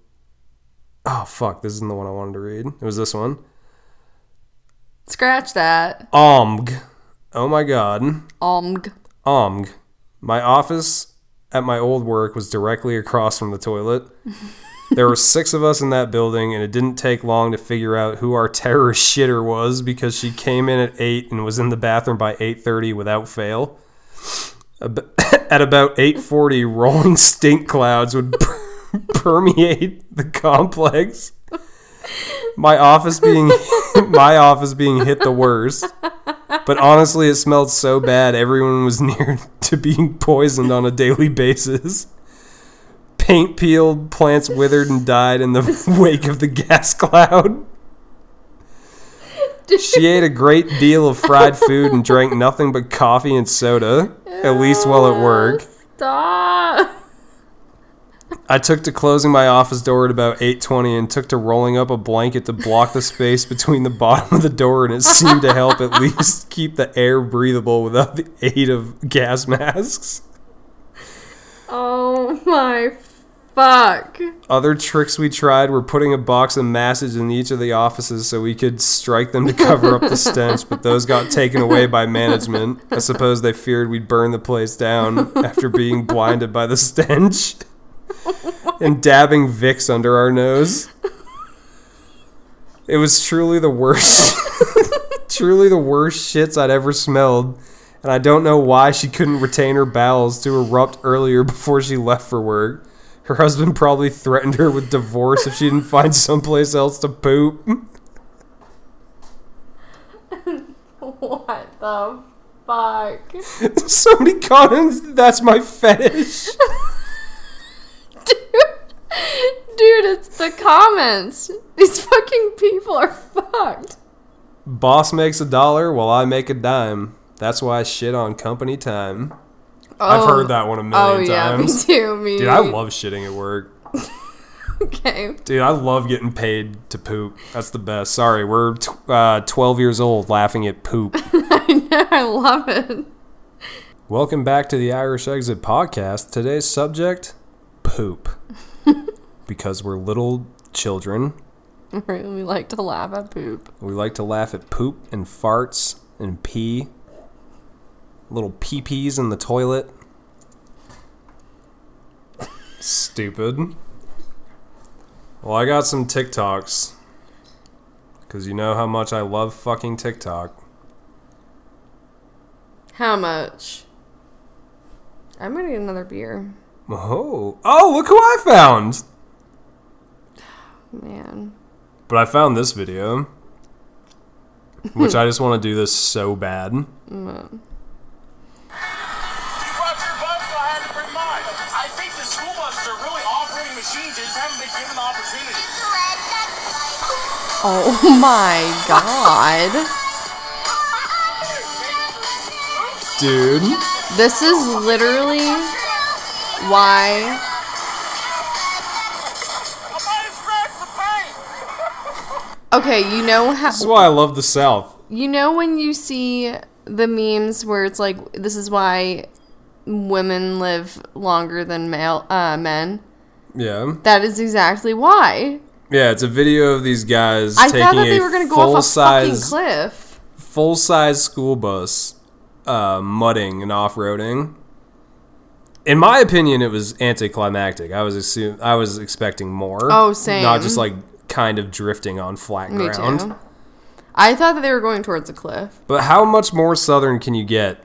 Oh, fuck, this isn't the one I wanted to read. It was this one.
Scratch that.
Omg. Oh my god.
Omg.
Omg. My office at my old work was directly across from the toilet. there were six of us in that building, and it didn't take long to figure out who our terror shitter was because she came in at eight and was in the bathroom by eight thirty without fail. Ab- At about eight forty, rolling stink clouds would per- permeate the complex. My office being my office being hit the worst. But honestly, it smelled so bad, everyone was near to being poisoned on a daily basis. Paint peeled, plants withered and died in the wake of the gas cloud. She ate a great deal of fried food and drank nothing but coffee and soda, at least while at work.
Stop.
I took to closing my office door at about 8:20 and took to rolling up a blanket to block the space between the bottom of the door and it seemed to help at least keep the air breathable without the aid of gas masks.
Oh my fuck.
Other tricks we tried were putting a box of masses in each of the offices so we could strike them to cover up the stench, but those got taken away by management. I suppose they feared we'd burn the place down after being blinded by the stench and dabbing Vicks under our nose. It was truly the worst, truly the worst shits I'd ever smelled. And I don't know why she couldn't retain her bowels to erupt earlier before she left for work. Her husband probably threatened her with divorce if she didn't find someplace else to poop.
What the fuck?
Somebody comments, that's my fetish.
Dude, it's the comments. These fucking people are fucked.
Boss makes a dollar while I make a dime. That's why I shit on company time. I've heard that one a
Oh
million
yeah, me
times.
too. Me.
Dude, I love shitting at work.
Okay.
Dude, I love getting paid to poop. That's the best. Sorry, we're t- uh, 12 years old laughing at poop.
I love it.
Welcome back to the Irish Exit Podcast. Today's subject poop. because we're little children
Really like to laugh at poop.
We like to laugh at poop and farts and pee. Little pee pees in the toilet. Stupid. Well, I got some TikToks. Because you know how much I love fucking TikTok.
How much? I'm gonna get another beer.
Oh, oh, look who I found!
Man.
But I found this video, which I just want to do this so bad.
brought your bus, so I had to bring mine. I think the school buses are really operating machines. They just haven't been given the opportunity.
Oh my god.
Dude,
This is literally why
I might have scratched the paint.
Okay, you know how
this is why I love the South.
you know when you see the memes where it's like this is why women live longer than male uh, men.
Yeah.
That is exactly why.
Yeah, it's a video of these guys
I
taking
thought that they
a
were gonna go off a
full size
fucking cliff.
full size school bus uh, mudding and off roading. In my opinion, it was anticlimactic. I was assume I was expecting more.
Oh, same.
Not just like kind of drifting on flat
Me
ground.
too. I thought that they were going towards a cliff.
But how much more southern can you get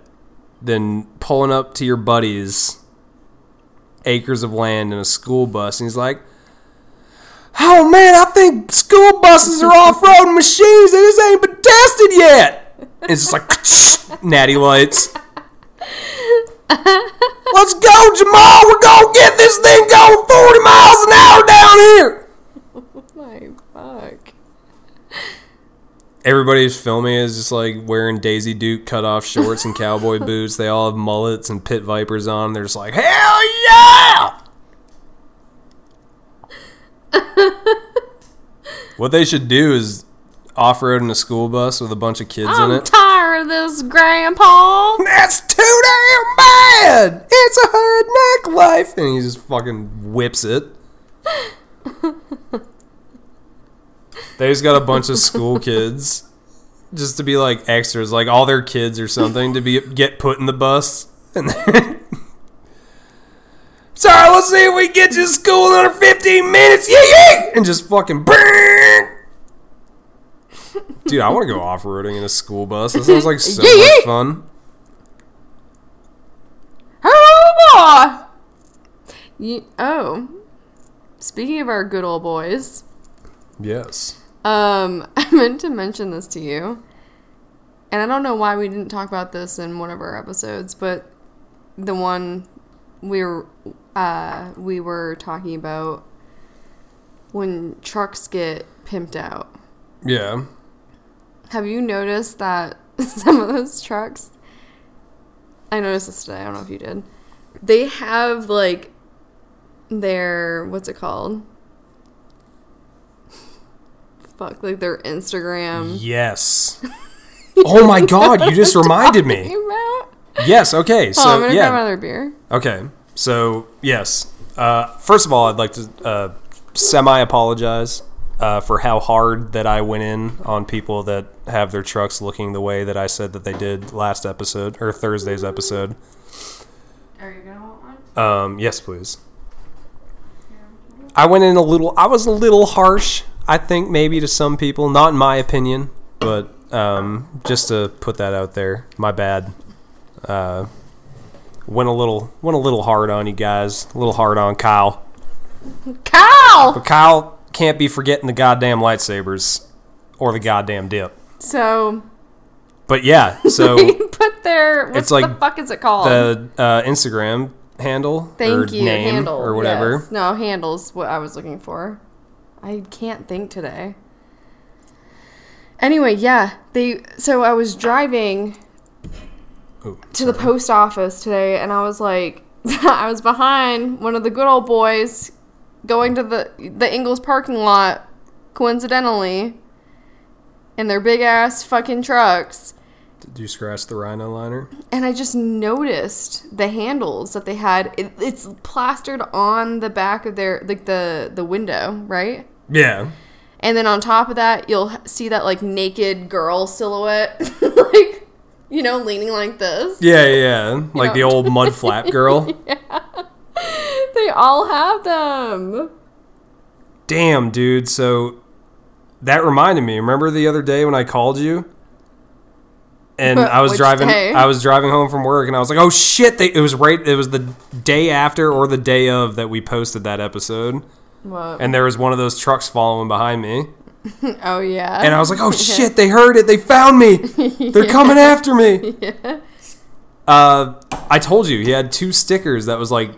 than pulling up to your buddies acres of land in a school bus and he's like Oh man, I think school buses are off-road machines. They just ain't been tested yet. It's just like natty lights. Let's go, Jamal. We're gonna get this thing going 40 miles an hour down here.
My fuck.
Everybody who's filming is just like wearing Daisy Duke cut off shorts and cowboy boots. They all have mullets and pit vipers on. They're just like, hell yeah! what they should do is off road in a school bus with a bunch of kids in
I'm
it.
tired of this, Grandpa.
That's too damn bad! It's a hard neck life! And he just fucking whips it. they just got a bunch of school kids just to be like extras, like all their kids or something, to be get put in the bus. And then. Sorry, let's see if we can get you to school in under 15 minutes! Yee yee! And just fucking. Dude, I want to go off roading in a school bus. That sounds like so
Yee yee!
much fun.
Oh boy. Ye- oh. Speaking of our good old boys,
Yes.
um, I meant to mention this to you, and I don't know why we didn't talk about this in one of our episodes, but the one we were uh, we were talking about when trucks get pimped out.
Yeah.
Have you noticed that some of those trucks? I noticed this today. I don't know if you did. They have like their what's it called? Fuck, like their Instagram.
Yes. oh my god, you just reminded me.
About?
Yes, okay.
oh, I'm
So
gonna grab
yeah.
another beer.
Okay. So, yes. Uh, first of all, I'd like to uh, semi apologize uh, for how hard that I went in on people that have their trucks looking the way that I said that they did last episode or Thursday's episode.
Are you gonna want one?
Um, yes, please. I went in a little. I was a little harsh. I think maybe to some people, not in my opinion, but um, just to put that out there, my bad. Uh, went a little went a little hard on you guys. A little hard on Kyle.
Cow.
But Kyle can't be forgetting the goddamn lightsabers or the goddamn dip.
So
But yeah,
they
so
put their what's
Oh. It's like
the fuck is it called?
the uh, Instagram handle or
Thank you,
name
handle
or whatever.
yes. No, handles what I was looking for. I can't think today. Anyway, yeah, they. So I was driving
Oh,
to the post office today, and I was like, I was behind one of the good old boys going to the the Ingles parking lot, coincidentally, in their big ass fucking trucks,
Did you scratch the rhino liner?
and I just noticed the handles that they had. It, it's plastered on the back of their like the the window, right?
Yeah.
And then on top of that, you'll h- see that like naked girl silhouette, like you know, leaning like this.
Yeah, yeah, yeah. like the old mud flap girl.
They all have them.
Damn, dude. So that reminded me. Remember the other day when I called you? And I was
Which
driving
day?
I was driving home from work and I was like, "Oh shit, they, it was right it was the day after or the day of that we posted that episode."
What?
And there was one of those trucks following behind me.
oh yeah.
And I was like, "Oh shit, they heard it. They found me. They're coming after me." Uh, I told you he had two stickers that was like,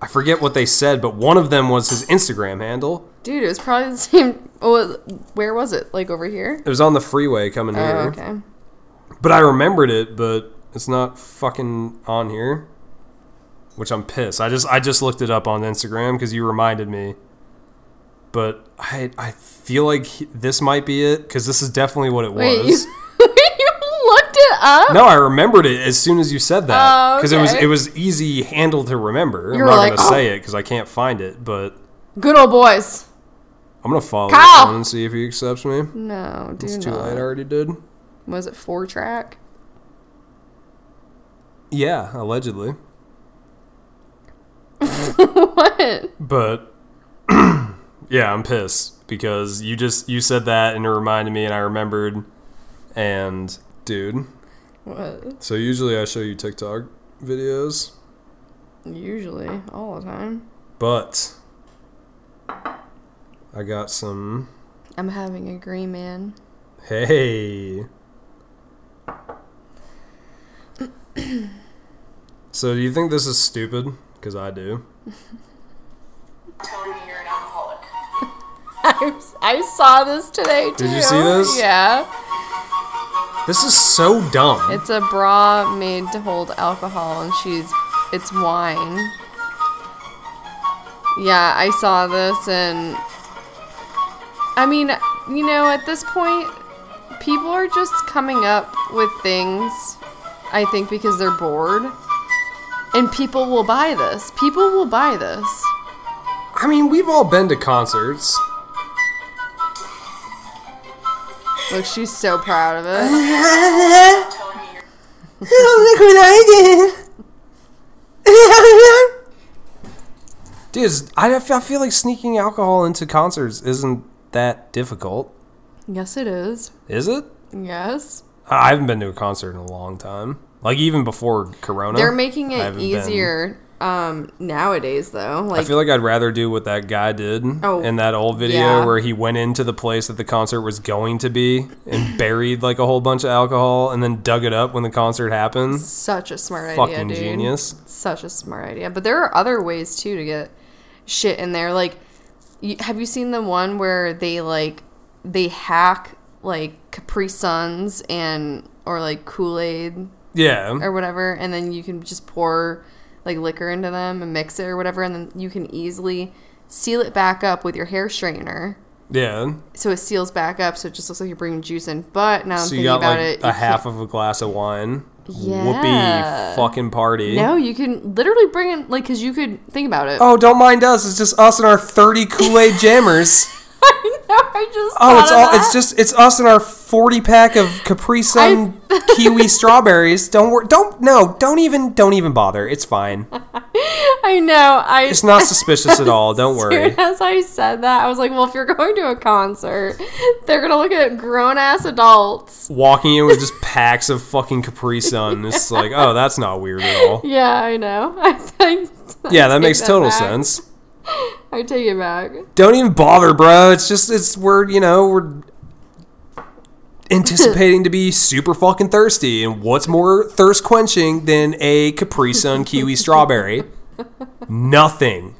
I forget what they said, but one of them was his Instagram handle.
dude, it was probably the same. Oh, where was it? Like over here.
It was on the freeway coming here,
Oh, okay.
but I remembered it, but it's not fucking on here, which I'm pissed. I just I just looked it up on Instagram because you reminded me, but I I feel like he- this might be it because this is definitely what it
Wait, you,
was.
you looked it up?
No, I remembered it as soon as you said that
Oh,
because it was
okay.
it was easy handle to remember.
You were
I'm not
like,
gonna
"Oh."
say it because I can't find it, but
Good old boys.
I'm gonna follow
Kyle!
this one and see if he accepts me.
No, do
It's too
not.
late. I already did.
Was it four track?
Yeah, allegedly.
what?
But yeah, I'm pissed because you just you said that and it reminded me and I remembered and dude.
What?
So usually I show you TikTok videos,
Usually, all the time.
but I got some
I'm having a gray man.
hey. so do you think this is stupid? Because I do.
telling me you're an alcoholic.
I, I saw this today too.
Did you see this?
Yeah.
This is so dumb.
It's a bra made to hold alcohol, and she's it's wine. Yeah, I saw this, and I mean, you know, at this point, people are just coming up with things. I think because they're bored, and people will buy this. People will buy this.
I mean, we've all been to concerts.
Look, she's so proud of it.
Telling me you're
Dude, it's- I, I feel like sneaking alcohol into concerts isn't that difficult,
Yes, it is.
is it?
Yes.
I I haven't been to a concert in a long time. Like even before Corona,
They're making
I
it
haven't been.
easier um, nowadays, though. Like,
I feel like I'd rather do what that guy did
Oh,
in that old video
yeah.
where he went into the place that the concert was going to be and buried like a whole bunch of alcohol and then dug it up when the concert happened.
such a smart idea,
Fucking
dude.
genius.
Such a smart idea. But there are other ways too to get shit in there. Like, you, have you seen the one where they like they hack like Capri Suns and or like Kool Aid
Yeah.
or whatever, and then you can just pour like liquor into them and mix it or whatever, and then you can easily seal it back up with your hair straightener.
yeah.
So it seals back up, so it just looks like you're bringing juice in. But now I'm
So you
thinking
got
about
like
it, you
a
can't-
half of a glass of wine.
Yeah.
Whoopee fucking party.
No, you can literally bring in like because you could think about it.
Oh, don't mind us. It's just us and our 30 Kool-Aid jammers.
I know. I just.
Oh,
thought
it's
of
all it's
that.
just it's us and our 40 pack of Capri Sun kiwi strawberries. Don't worry. Don't no, don't even don't even bother. It's fine.
I know. I.
It's not suspicious at all. Don't worry.
As soon as I said that, I was like, "Well, if you're going to a concert, they're gonna look at grown ass adults."
Walking in with just packs of fucking Capri Sun. It's like, oh, that's not weird at all.
Yeah, I know. I think.
Yeah,
I
that
take
makes total
back.
sense.
I take it back.
Don't even bother, bro. It's just it's we're, you know, we're anticipating to be super fucking thirsty and what's more thirst quenching than a Capri Sun kiwi strawberry? Nothing.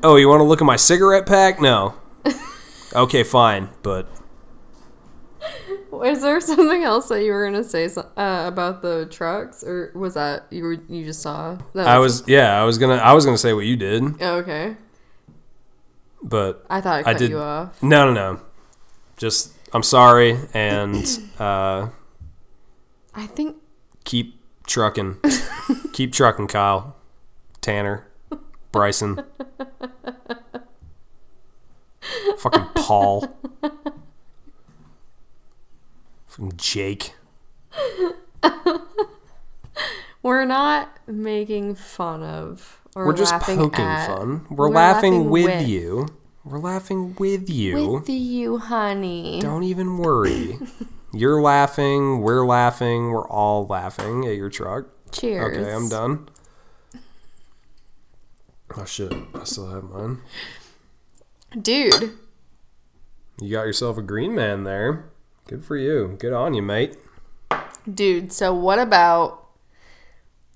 Oh, you want to look at my cigarette pack? No. Okay, fine, but
Is there something else that you were gonna say so- uh, about the trucks, or was that you were you just saw? That
I was yeah, I was going to I was going to say what you did,
Oh, okay.
but
I thought I cut
I did.
you off.
No, no, no. Just I'm sorry and uh
I think
keep trucking. keep trucking, Kyle. Tanner. Bryson. Fucking Paul. Fucking Jake.
we're not making fun of. Or
We're just
laughing
poking
at-
fun. We're, laughing, with,
with
you. We're laughing with you.
With you, honey.
Don't even worry. You're laughing, we're laughing, we're all laughing at your truck.
Cheers.
Okay, I'm done. Oh shit, I still have mine.
Dude,
You got yourself a green man there. Good for you. Good on you, mate.
dude, so what about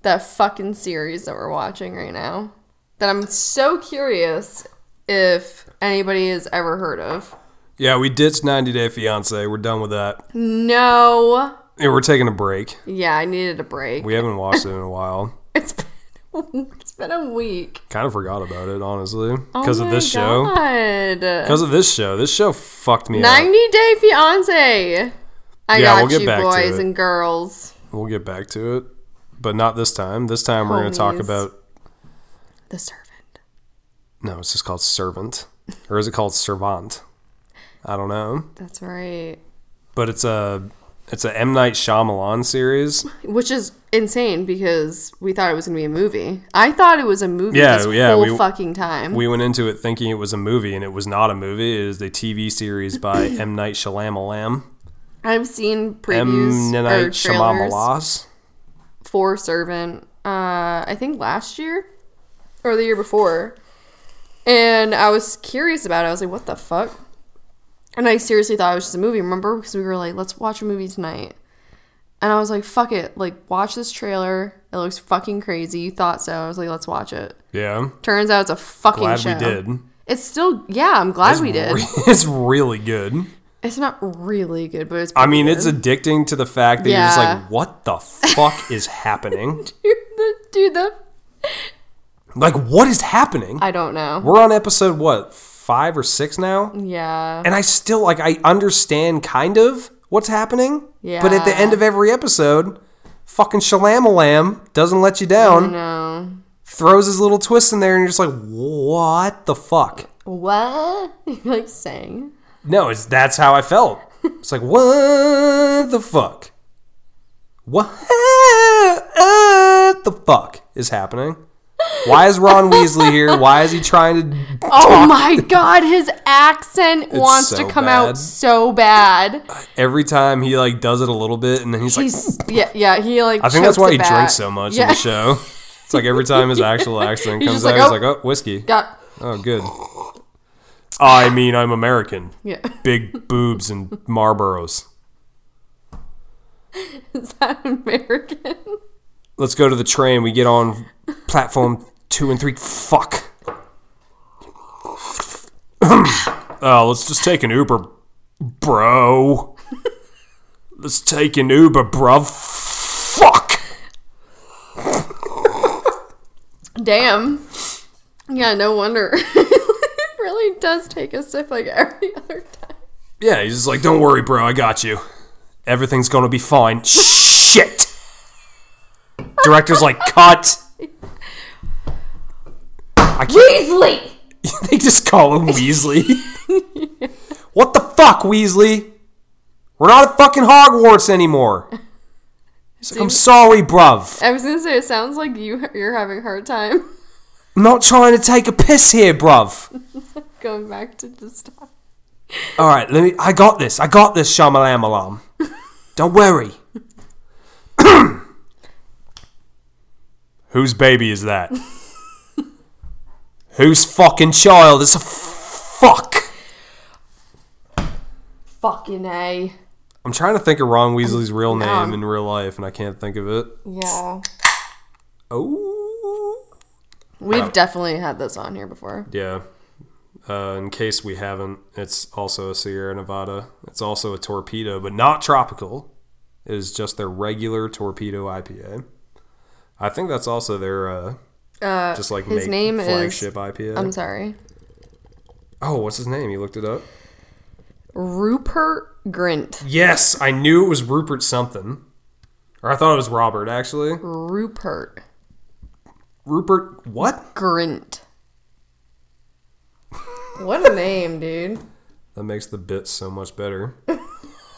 that fucking series that we're watching right now? That I'm so curious if anybody has ever heard of.
Yeah, we ditched 90 Day Fiance. We're done with that.
No.
Yeah, we're taking a break.
Yeah, I needed a break.
We haven't watched it in a while.
It's been it's been a week.
Kind of forgot about it, honestly, because
Oh
of this
my
show.
God.
Because of this show. This show fucked me up.
90 Day Fiance. I
Yeah,
got
we'll get
you,
back to
boys
it.
and girls.
We'll get back to it, but not this time. This time we're going to talk
Homies.
about
The servant.
No, it's just called Servant. Or is it called Servant? I don't know.
That's right.
But it's a It's a M Night Shyamalan series.
Which is insane because we thought it was gonna be a movie. I thought it was a movie
Yeah,
this
yeah,
whole
we-
fucking time.
We went into it thinking it was a movie, and it was not a movie. It is the TV series by M Night Shyamalan.
I've seen
M
previews or
Night
trailers
Shyamalan.
for Servant. Uh, I think last year or the year before, and I was curious about it. I was like, "What the fuck?" And I seriously thought it was just a movie. Remember, because we were like, "Let's watch a movie tonight," and I was like, "Fuck it! Like, watch this trailer. It looks fucking crazy." You thought so? I was like, "Let's watch it."
Yeah,
Turns out it's a fucking
glad
show.
we did.
It's still, yeah, I'm glad we did.
it's really good.
It's not really good, but it's.
I mean,
pretty
it's
good.
addicting to the fact that you're just
Yeah.
like, what the fuck is happening?
dude. The, dude, the
Like, what is happening?
I don't know.
We're on episode what five or six now,
Yeah,
and I still like I understand kind of what's happening. But at the
Yeah.
end of every episode, fucking Shalamalam doesn't let you down.
no.
Throws his little twist in there, and you're just like, what the fuck?
What? like saying.
No, it's that's how I felt. It's like what the fuck? What the fuck is happening? Why is Ron Weasley here? Why is he trying to?
Oh my god, his accent wants
so
to come
bad.
out so bad.
Every time he like does it a little bit, and then he's like,
He's yeah, yeah, he like
I think that's
chokes
why
it
he
back.
drinks so much in
Yeah.
the show. It's like every time his actual accent
He's
comes
just like,
out, he's like,
"Oh."
oh, whiskey.
Got
Oh, good. I mean, I'm American.
yeah.
Big boobs and Marlboros.
Is that American?
let's go to the train. We get on platform two and three. Fuck. oh, let's just take an Uber, bro. let's take an Uber, bruv. Fuck.
Damn. Yeah, no wonder. it really does take a sip like every other time.
Yeah, he's just like, don't worry, bro. I got you. Everything's gonna be fine. Shit. Director's like, cut. I can't.
Weasley!
They just call him Weasley. what the fuck, Weasley? We're not at fucking Hogwarts anymore. He's like, I'm sorry, bruv.
I was gonna say it sounds like you you're having a hard time
I'm not trying to take a piss here, bruv.
going back to the stuff.
All right, let me. I got this. I got this, Shyamalan alarm. Don't worry. Whose baby is that? Whose fucking child is a fuck?
Fucking A.
I'm trying to think of Ron Weasley's real name
Um,
in real life, and I can't think of it.
Yeah.
Oh.
We've definitely had this on here before.
Yeah. Uh, in case we haven't, it's also a Sierra Nevada. It's also a torpedo, but not tropical. It is just their regular torpedo IPA. I think that's also their uh, uh just like
his
make
name is-
flagship IPA.
I'm sorry.
oh, what's his name? You looked it up.
Rupert Grint.
Yes, I knew it was Rupert something, or I thought it was Robert actually.
Rupert
Rupert what?
Grint. What a name, dude.
That makes the bit so much better.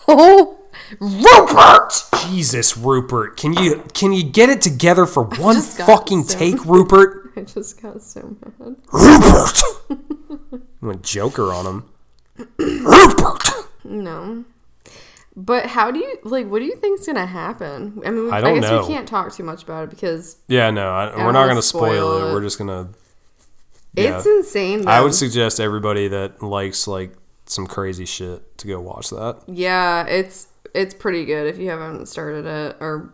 Oh, Rupert!
Jesus, Rupert, can you can you get it together for one
just got
fucking
so-
take, Rupert?
I just got so mad.
Rupert. went Joker on him. Rupert.
No. But how do you like? What do you think's gonna happen? I mean, we,
I don't
guess
know.
we can't talk too much about it because
Yeah, no, I, we're
don't
not
wanna
gonna spoil,
spoil
it.
it.
We're just gonna.
it's
Yeah.
insane. Though.
I would suggest everybody that likes like some crazy shit to go watch that.
yeah, it's it's pretty good if you haven't started it or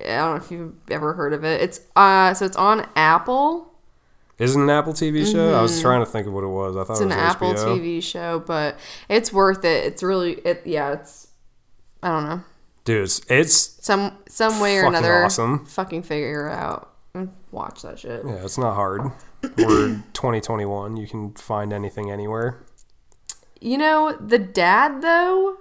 I don't know if you've ever heard of it. It's uh, so it's on Apple.
Isn't it an Apple TV show? I was trying to think of what it was. I thought Oh, it
Mm-hmm. it's an
was
Apple
HBO.
TV show, but it's worth it. It's really it yeah, it's I don't know.
Dude, it's, it's
Some some way or
Fucking
another
awesome.
fucking figure it out and watch that shit.
yeah, it's not hard. We're 2021. You can find anything anywhere.
You know, the dad though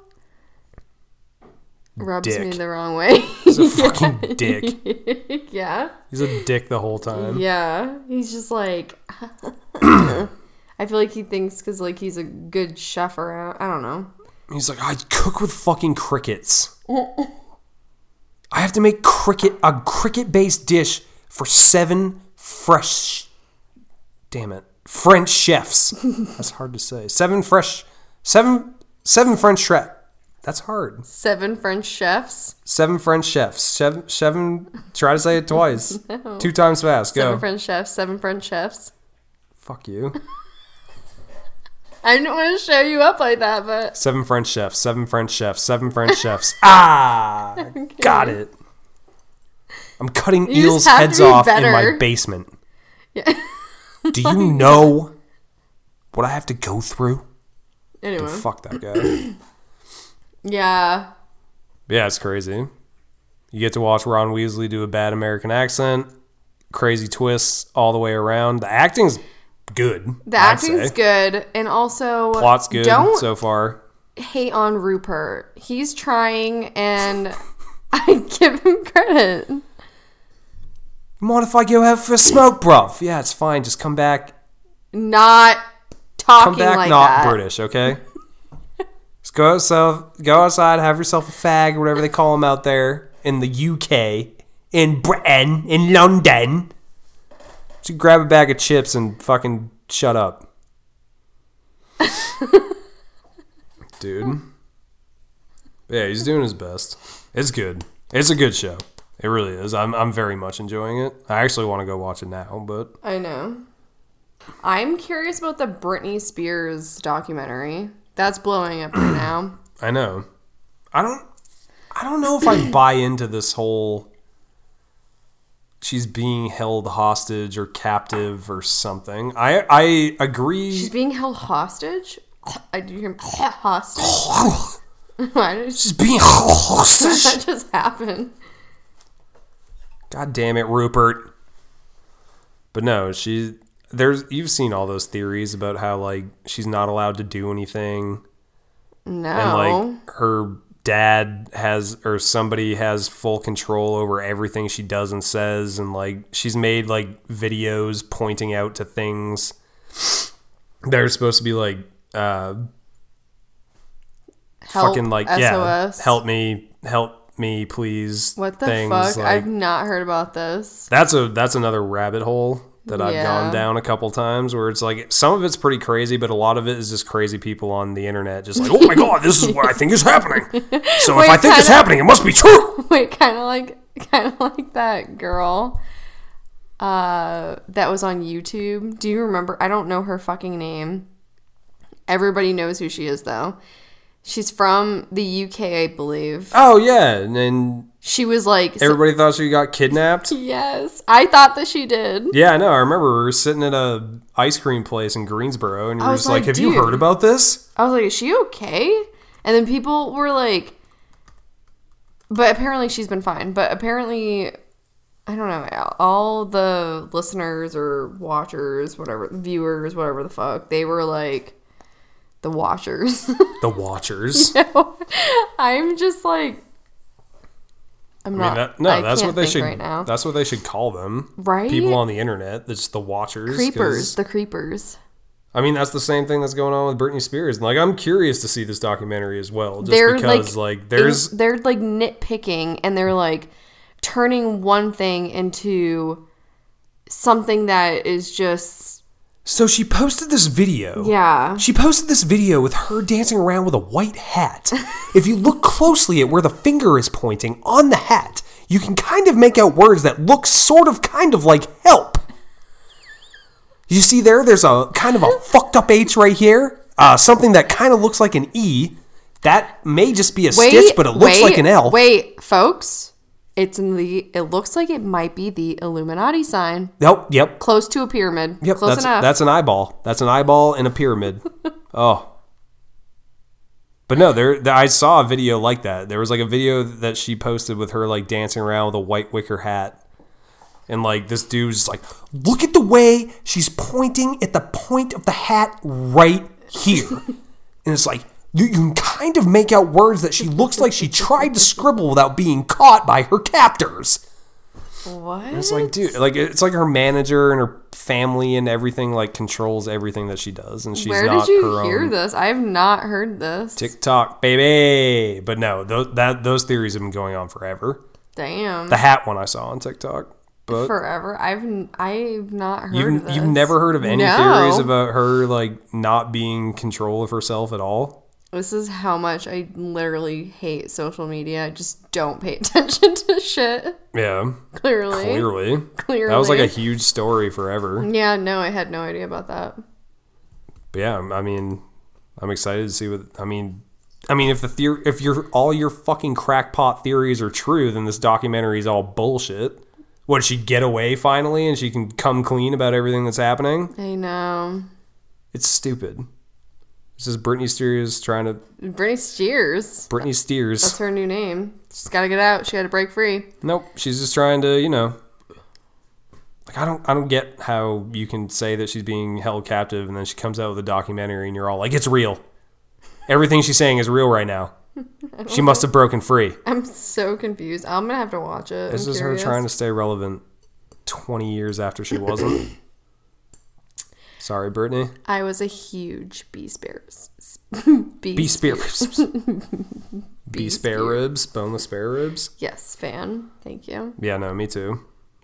rubs me
Dick.
the wrong way.
He's a fucking dick.
yeah.
He's a dick the whole time.
Yeah. He's just like I feel like he thinks cuz like he's a good chef around. I don't know.
He's like, I cook with fucking crickets. I have to make cricket a cricket based dish for seven fresh damn it. French chefs. That's hard to say. Seven fresh seven seven French chefs. That's hard.
Seven French chefs.
Seven French chefs. Seven seven try to say it twice. Two times fast. Go.
Seven French chefs. Seven French chefs.
Fuck you.
I didn't want to show you up like that, but
Seven French chefs, seven French chefs, seven French chefs. ah, got it. I'm cutting
You just
eels'
have to
heads
be
off in my
better.
basement.
yeah.
Do you know what I have to go through?
anyway.
Fuck that guy.
Yeah.
yeah, it's crazy. You get to watch Ron Weasley do a bad American accent, crazy twists all the way around. The acting's good.
The acting's good, and also
Plot's good
Don't
so far.
hate on Rupert. He's trying, and I give him credit.
Mind if I go out for a smoke, bruv? Yeah, it's fine. Just come back
Not talking
come back
like
not
that.
British, okay? Just go outside, go outside, have yourself a fag or whatever they call them out there in the UK, in Britain, in London. Just grab a bag of chips and fucking shut up, dude. Yeah, he's doing his best. It's good. It's a good show. It really is. I'm I'm very much enjoying it. I actually want to go watch it now, but
I know. I'm curious about the Britney Spears documentary. That's blowing up right now.
I know. I don't. I don't know if I buy into this whole. She's being held hostage or captive or something. I I
She's
agree.
being held hostage. I do hear him hostage. Why did
She's being hostage.
that just happen?
God damn it, Rupert. But no, she. There's you've seen all those theories about how like she's not allowed to do anything.
No.
and
Oh.
like her dad has or somebody has full control over everything she does and says and like she's made like videos pointing out to things that are supposed to be like uh
Help,
fucking like
SOS.
yeah help me help me please
What the
things
fuck?
like-
I've not heard about this.
that's a that's another rabbit hole that I've
Yeah.
gone down a couple times where it's like some of it's pretty crazy, but a lot of it is just crazy people on the internet just like, Oh my god, this is what I think is happening. So if
Wait,
I think it's
kinda-
happening, it must be true.
Wait, kind of like kind of like that girl uh that was on YouTube. Do you remember? I don't know her fucking name. Everybody knows who she is though. She's from the UK, I believe.
Oh yeah. And then
She was like so-
everybody thought she got kidnapped.
Yes, I thought that she did.
Yeah, I know. I remember we were sitting at a ice cream place in Greensboro and we were
was
just like,
like,
Have you
dude.
heard about this?
I was like, is she okay? And then people were like, but apparently she's been fine. But apparently, I don't know, all the listeners or watchers, whatever, viewers, whatever the fuck, they were like, the watchers.
The watchers.
I'm just like, I'm
I
not.
mean, that, no,
I
that's
can't
what they
think
should.
right now.
That's what they should call them.
Right?
People on the internet. That's the watchers. 'cause-
creepers, the creepers.
I mean, that's the same thing that's going on with Britney Spears. And, Like, I'm curious to see this documentary as well, just
They're
because, like,
like
there's
they're like nitpicking and they're like turning one thing into something that is just
so she posted this video.
yeah
She posted this video with her dancing around with a white hat. if you look closely at where the finger is pointing on the hat, you can kind of make out words that look sort of kind of like help. You see there, there's a kind of a fucked up H right here. Uh, something that kind of looks like an E. That may just be a stitch, but it looks like an L.
Wait, folks, it's in the. It looks like it might be the Illuminati sign,
Nope, yep.
close to a pyramid.
Yep,
close
that's
enough.
that's an eyeball. That's an eyeball in a pyramid. oh. But no, there th- I saw a video like that. There was like a video that she posted with her like dancing around with a white wicker hat. And like this dude's just like, "Look at the way she's pointing at the point of the hat right here." and it's like you, you can kind of make out words that she looks like she tried to scribble without being caught by her captors.
What?
And it's like, dude, like it's like her manager and her family and everything like controls everything that she does, and she's
Where
not
did you
her
hear
own
this? I have not heard this.
TikTok baby. But no, those that those theories have been going on forever.
Damn.
The hat one I saw on TikTok, but
Forever. I've n- I've not heard
you've
of this.
you've never heard of any
No.
theories about her like not being in control of herself at all.
This is how much I literally hate social media. I just don't pay attention to shit.
Yeah,
Clearly.
clearly,
Clearly.
that was like a huge story forever.
Yeah, no, I had no idea about that.
But yeah, I'm- I mean, I'm excited to see what I mean. I mean, if the theory, if your all your fucking crackpot theories are true, then this documentary is all bullshit. What did she get away finally, and she can come clean about everything that's happening?
I know.
It's stupid. This is Britney Spears trying to
Britney Spears.
Britney
That's
Spears.
her new name. She's got to get out. She got to break free.
Nope, she's just trying to you know. Like I don't I don't get how you can say that she's being held captive, and then she comes out with a documentary, and you're all like, it's real. Everything she's saying is real right now. She must have broken free.
I'm so confused. I'm gonna have to watch it.
This
I'm
is
curious.
her trying to stay relevant 20 years after she wasn't. Sorry, Brittany.
I was a huge Bee Spears. Bee,
Be spare ribs. Be
Be
spare
spare.
ribs. Boneless spare ribs.
Yes, fan. Thank you.
Yeah, no, me too.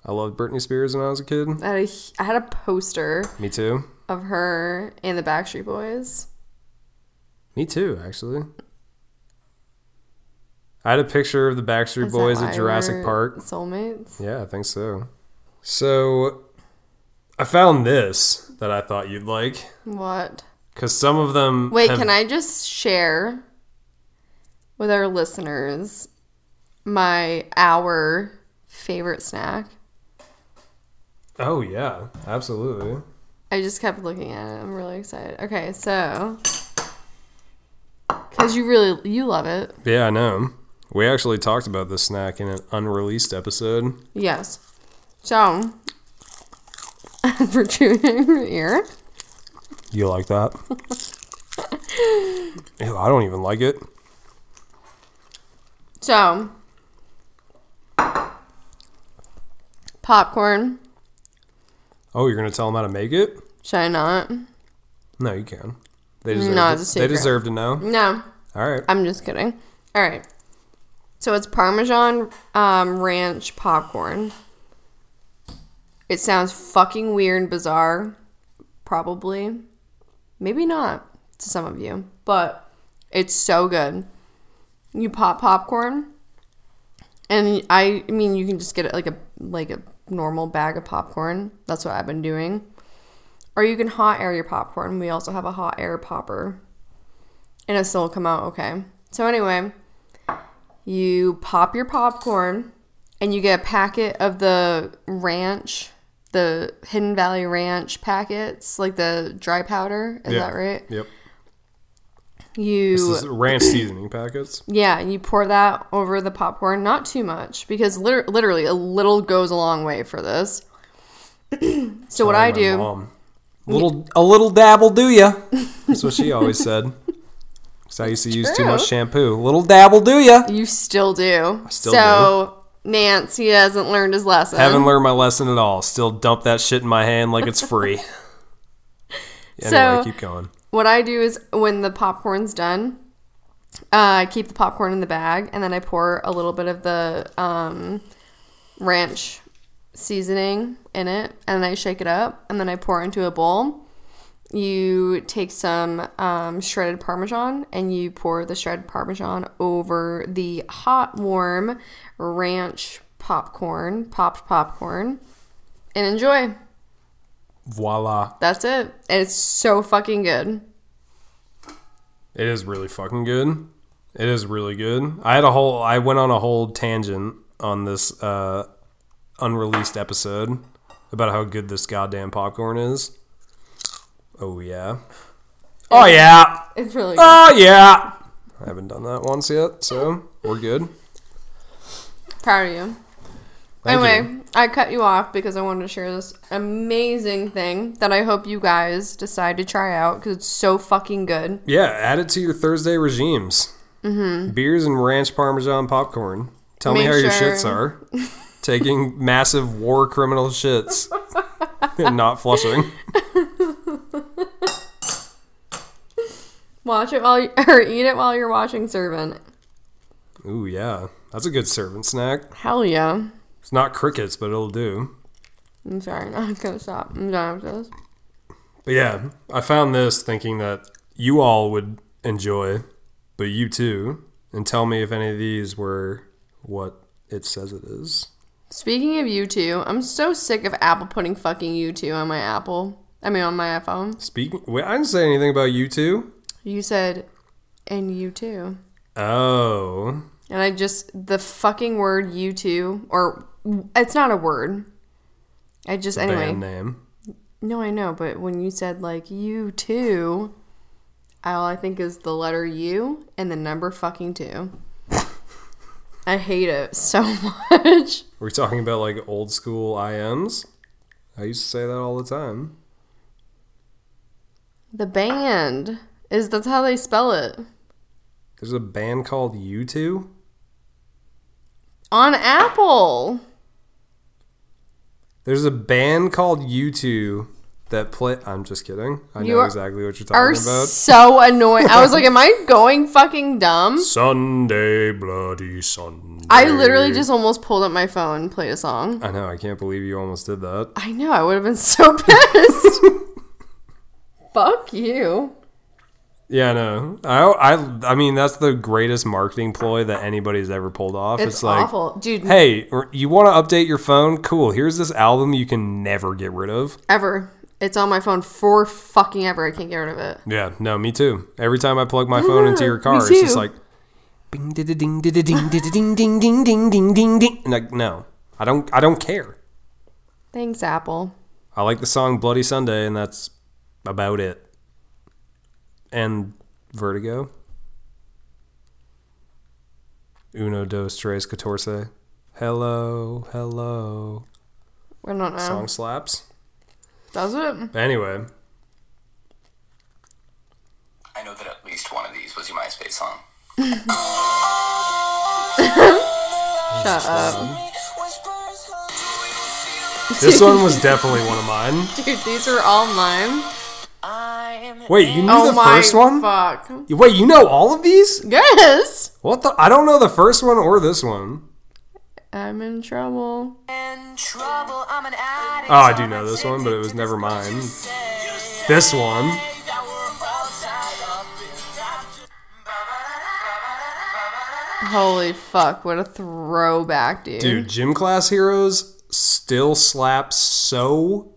I loved Britney Spears when I was a kid.
I had a, I had a poster
Me too.
of her in the Backstreet Boys.
Me too, actually. I had a picture of the Backstreet
Is that
Boys
why
at Jurassic
we're
Park.
Soulmates.
Yeah, I think so. So, I found this that I thought you'd like
What?
because some of them.
Wait,
have-
can I just share with our listeners my our favorite snack?
Oh yeah, absolutely.
I just kept looking at it. I'm really excited. Okay, so because you really you love it.
Yeah, I know. We actually talked about this snack in an unreleased episode.
Yes. So for chewing your ear.
You like that? Ew, I don't even like it.
So popcorn.
Oh, you're gonna tell them how to make it?
Should I not?
No, you can. They deserve.
No,
it.
it's a
they
secret.
deserve to know.
No,
All right.
I'm just kidding. All right. So it's Parmesan um, ranch popcorn. It sounds fucking weird and bizarre. Probably. Maybe not to some of you, but it's so good. You pop popcorn, and I I mean you can just get it like a like a normal bag of popcorn. That's what I've been doing, or you can hot air your popcorn. We also have a hot air popper, and it still come out okay. So anyway, you pop your popcorn, and you get a packet of the ranch, the Hidden Valley Ranch packets, like the dry powder. Is that right?
Yep.
You
This is ranch seasoning packets.
yeah, you pour that over the popcorn, not too much because liter- literally a little goes a long way for this. so what
My
I do,
mom. Little a little dabble, do ya? That's what she always said. Because I used to use too
true.
much shampoo. Little dabble, do ya?
you still do.
still
so Nance, he hasn't learned his lesson.
Haven't learned my lesson at all. Still dump that shit in my hand like it's free. anyway,
So-
keep going.
what I do is when the popcorn's done, uh, I keep the popcorn in the bag and then I pour a little bit of the um, ranch seasoning in it and then I shake it up and then I pour it into a bowl. You take some um, shredded parmesan and you pour the shredded parmesan over the hot, warm ranch popcorn, popped popcorn, and enjoy.
Voila.
That's it. And it's so fucking good.
It is really fucking good. It is really good. I had a whole I went on a whole tangent on this uh unreleased episode about how good this goddamn popcorn is. Oh yeah. Oh yeah.
It's really good.
Oh yeah. I haven't done that once yet, so we're good.
Proud of you.
Thank
anyway,
you.
I cut you off because I wanted to share this amazing thing that I hope you guys decide to try out because it's so fucking good.
Yeah, add it to your Thursday regimes. Mm-hmm. Beers and ranch parmesan popcorn. Tell me
Make
how your
sure-
shits are. taking massive war criminal shits and not flushing.
Watch it while you, or eat it while you're watching Servant.
Ooh, yeah. That's a good servant snack.
Hell yeah.
It's not crickets, but it'll do.
I'm sorry, I'm not gonna stop. I'm done with this.
But yeah, I found this thinking that you all would enjoy, but you too, and tell me if any of these were what it says it is.
Speaking of U2, I'm so sick of Apple putting fucking U2 on my Apple. I mean, on my iPhone.
Speaking, wait, I didn't say anything about you two.
You said, and U2.
Oh,
And I just, the fucking word U2, or it's not a word. I just, anyway.
band name.
No, I know, but when you said like you too, all I think is the letter U and the number fucking two. I hate it so much.
We're talking about like old school IMs. I used to say that all the time.
The band is that's how they spell it
There's a band called U2.
on Apple.
There's a band called U2 that play. I'm just kidding. I
You
know
are-
exactly what you're
Are
talking about.
so annoying. I was like, am I going fucking dumb?
Sunday, bloody Sunday.
I literally just almost pulled up my phone and played a song.
I know. I can't believe you almost did that.
I know. I would have been so pissed. Fuck you.
Yeah, no. I, I, I mean, that's the greatest marketing ploy that anybody's ever pulled off. It's,
It's,
like,
awful, dude.
hey, or- you want to update your phone? Cool. Here's this album you can never get rid of.
ever. It's on my phone for fucking ever. I can't get rid of it.
Yeah, no, me too. Every time I plug my phone into your car,
me
it's just
too.
like, bing, ding, ding, ding, ding, ding, ding, ding, ding, ding, ding, ding. Like, no, I don't, I don't care.
Thanks, Apple.
I like the song Bloody Sunday, and that's about it. And Vertigo. Uno, dos, tres, catorce. Hello, hello.
I don't know.
Song slaps.
Does it?
Anyway,
I know that at least one of these was your MySpace song.
Shut up.
this one was definitely one of mine.
Dude, these are all mine.
Wait, you knew
oh
the
my
first one?
fuck.
Wait, you know all of these?
Yes!
What the? I don't know the first one or this one.
I'm in trouble.
Oh, I do know this one, but it was never mine. This one.
Holy fuck, what a throwback, dude.
Dude, gym class heroes still slap so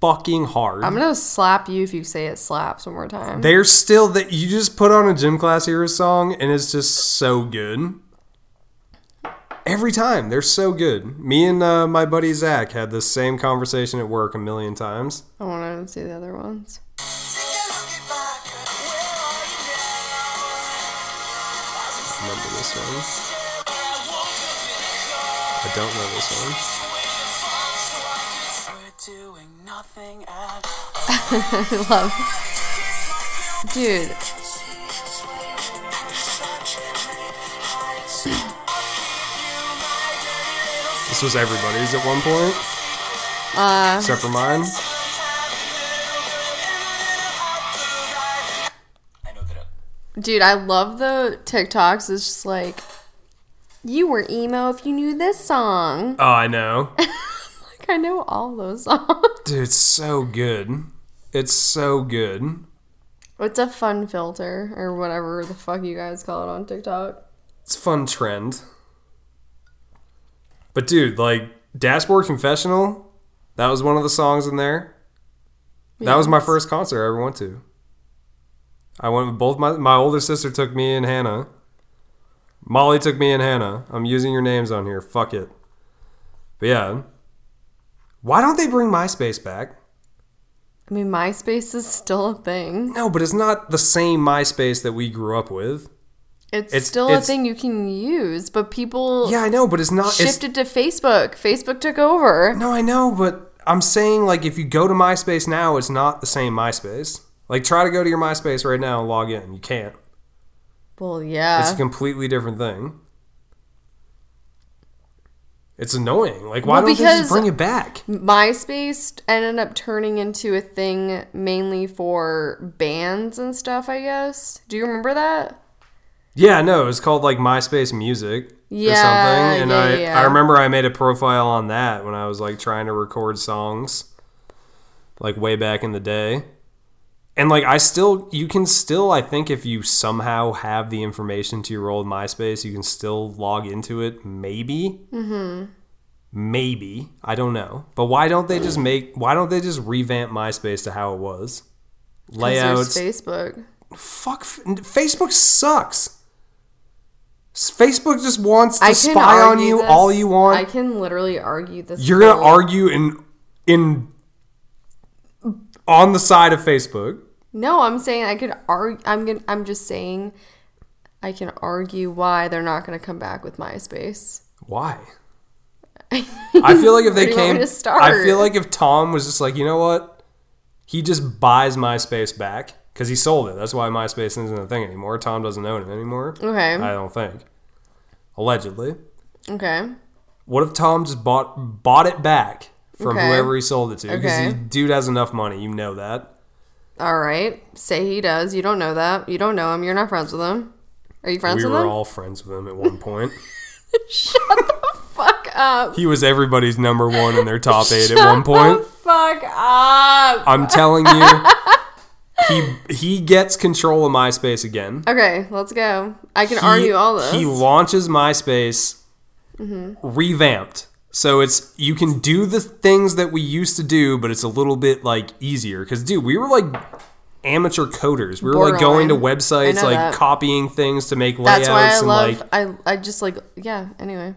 fucking hard.
I'm gonna slap you if you say it slaps one more time.
They're still that you just put on a gym class heroes song and it's just so good. Every time they're so good. Me and uh, my buddy Zach had this same conversation at work a million times.
I wanna see the other ones.
Remember this one? I don't know this one.
I love. Dude.
This was everybody's at one point.
uh,
Except for mine.
I know that at
Dude, I love the TikToks. It's just like, you were emo if you knew this song.
Oh, I know.
Like, I know all those songs.
Dude, it's so good. It's so good.
It's a fun filter or whatever the fuck you guys call it on TikTok.
It's a fun trend. But dude, like Dashboard Confessional, that was one of the songs in there. That was my first concert I ever went to. I went with both my my older sister took me and Hannah. Molly took me and Hannah. I'm using your names on here. Fuck it. But yeah. Why don't they bring MySpace back?
I mean, MySpace is still a thing.
No, but it's not the same MySpace that we grew up with.
It's,
It's-
still
it's-
a thing you can use, but people
Yeah, I know, but it's not it's
shifted to Facebook. Facebook took over.
No, I know, but I'm saying like if you go to MySpace now, it's not the same MySpace. Like try to go to your MySpace right now and log in. You can't.
Well,
It's
yeah.
a completely different thing. It's annoying. Like, why
Well,
don't they just
because-
bring it back?
MySpace ended up turning into a thing mainly for bands and stuff, I guess. Do you remember that?
Yeah, no, it was called like MySpace Music or
Yeah,
something. And
yeah,
I,
yeah.
I remember I made a profile on that when I was like trying to record songs, like way back in the day. And like I still, you can still, I think, if you somehow have the information to your old MySpace, you can still log into it. Maybe, mm-hmm. maybe I don't know. But why don't they just make? Why don't they just revamp MySpace to how it was?
'Cause
Layouts,
There's Facebook.
fuck f- Facebook sucks. S- Facebook just wants to
I can
spy on
argue
you
this-
all you want.
I can literally argue this.
You're gonna
whole-
argue in in on the side of Facebook.
No, I'm saying I could argue. I'm gonna. I'm just saying, I can argue why they're not gonna come back with MySpace.
Why? I feel like if they
Where do you want
came,
me to start?
I feel like if Tom was just like, you know what, he just buys MySpace back because he sold it. That's why MySpace isn't a thing anymore. Tom doesn't own it anymore.
Okay.
I don't think. Allegedly.
Okay.
What if Tom just bought bought it back from
Okay.
whoever he sold it to? Because
Okay.
dude has enough money, you know that.
All right. Say he does. You don't know that. You don't know him. You're not friends with him. Are you
we
friends with
were
him?
all friends with him at one point.
Shut the fuck up.
he was everybody's number one in their top eight at one point.
Fuck up.
I'm telling you, he he gets control of MySpace again.
Okay, let's go. I can argue all this.
He launches MySpace revamped. So it's you can do the things that we used to do, but it's a little bit like easier. Cause dude, we were like amateur coders. We were like going to
Borderline. I
websites,
know
like
that.
copying things to make layouts
That's why I
and
love.
like
I I just like yeah. Anyway,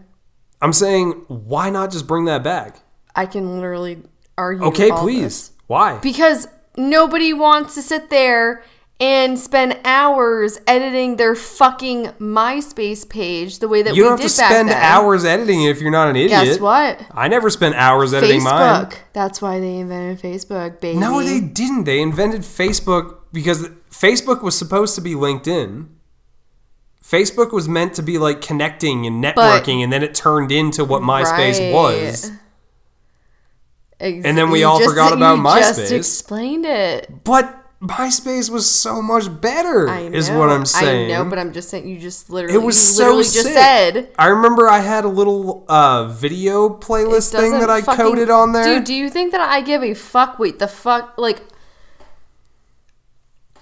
I'm saying, why not just bring that back?
I can literally argue.
Okay,
all
please.
this.
Why?
because nobody wants to sit there and spend hours editing their fucking MySpace page the way that
you
we
don't have
did
to
back
spend
then.
hours editing it if you're not an idiot.
Guess what?
I never spent hours editing
Facebook.
mine.
That's why they invented Facebook, baby.
No, they didn't. They invented Facebook because Facebook was supposed to be LinkedIn. Facebook was meant to be like connecting and networking,
But-
and then it turned into what MySpace
Right.
was.
Ex-
and then we
you
all forgot about
you Just
MySpace.
explained it.
But MySpace was so much better,
I know.
is what I'm saying.
I know, but I'm just saying. You just literally.
it was
you
so
literally
sick.
just said.
I remember I had a little uh, video playlist thing
doesn't
that I
fucking-
coded on there.
Dude, do you think that I give a fuck? Wait, the fuck? Like,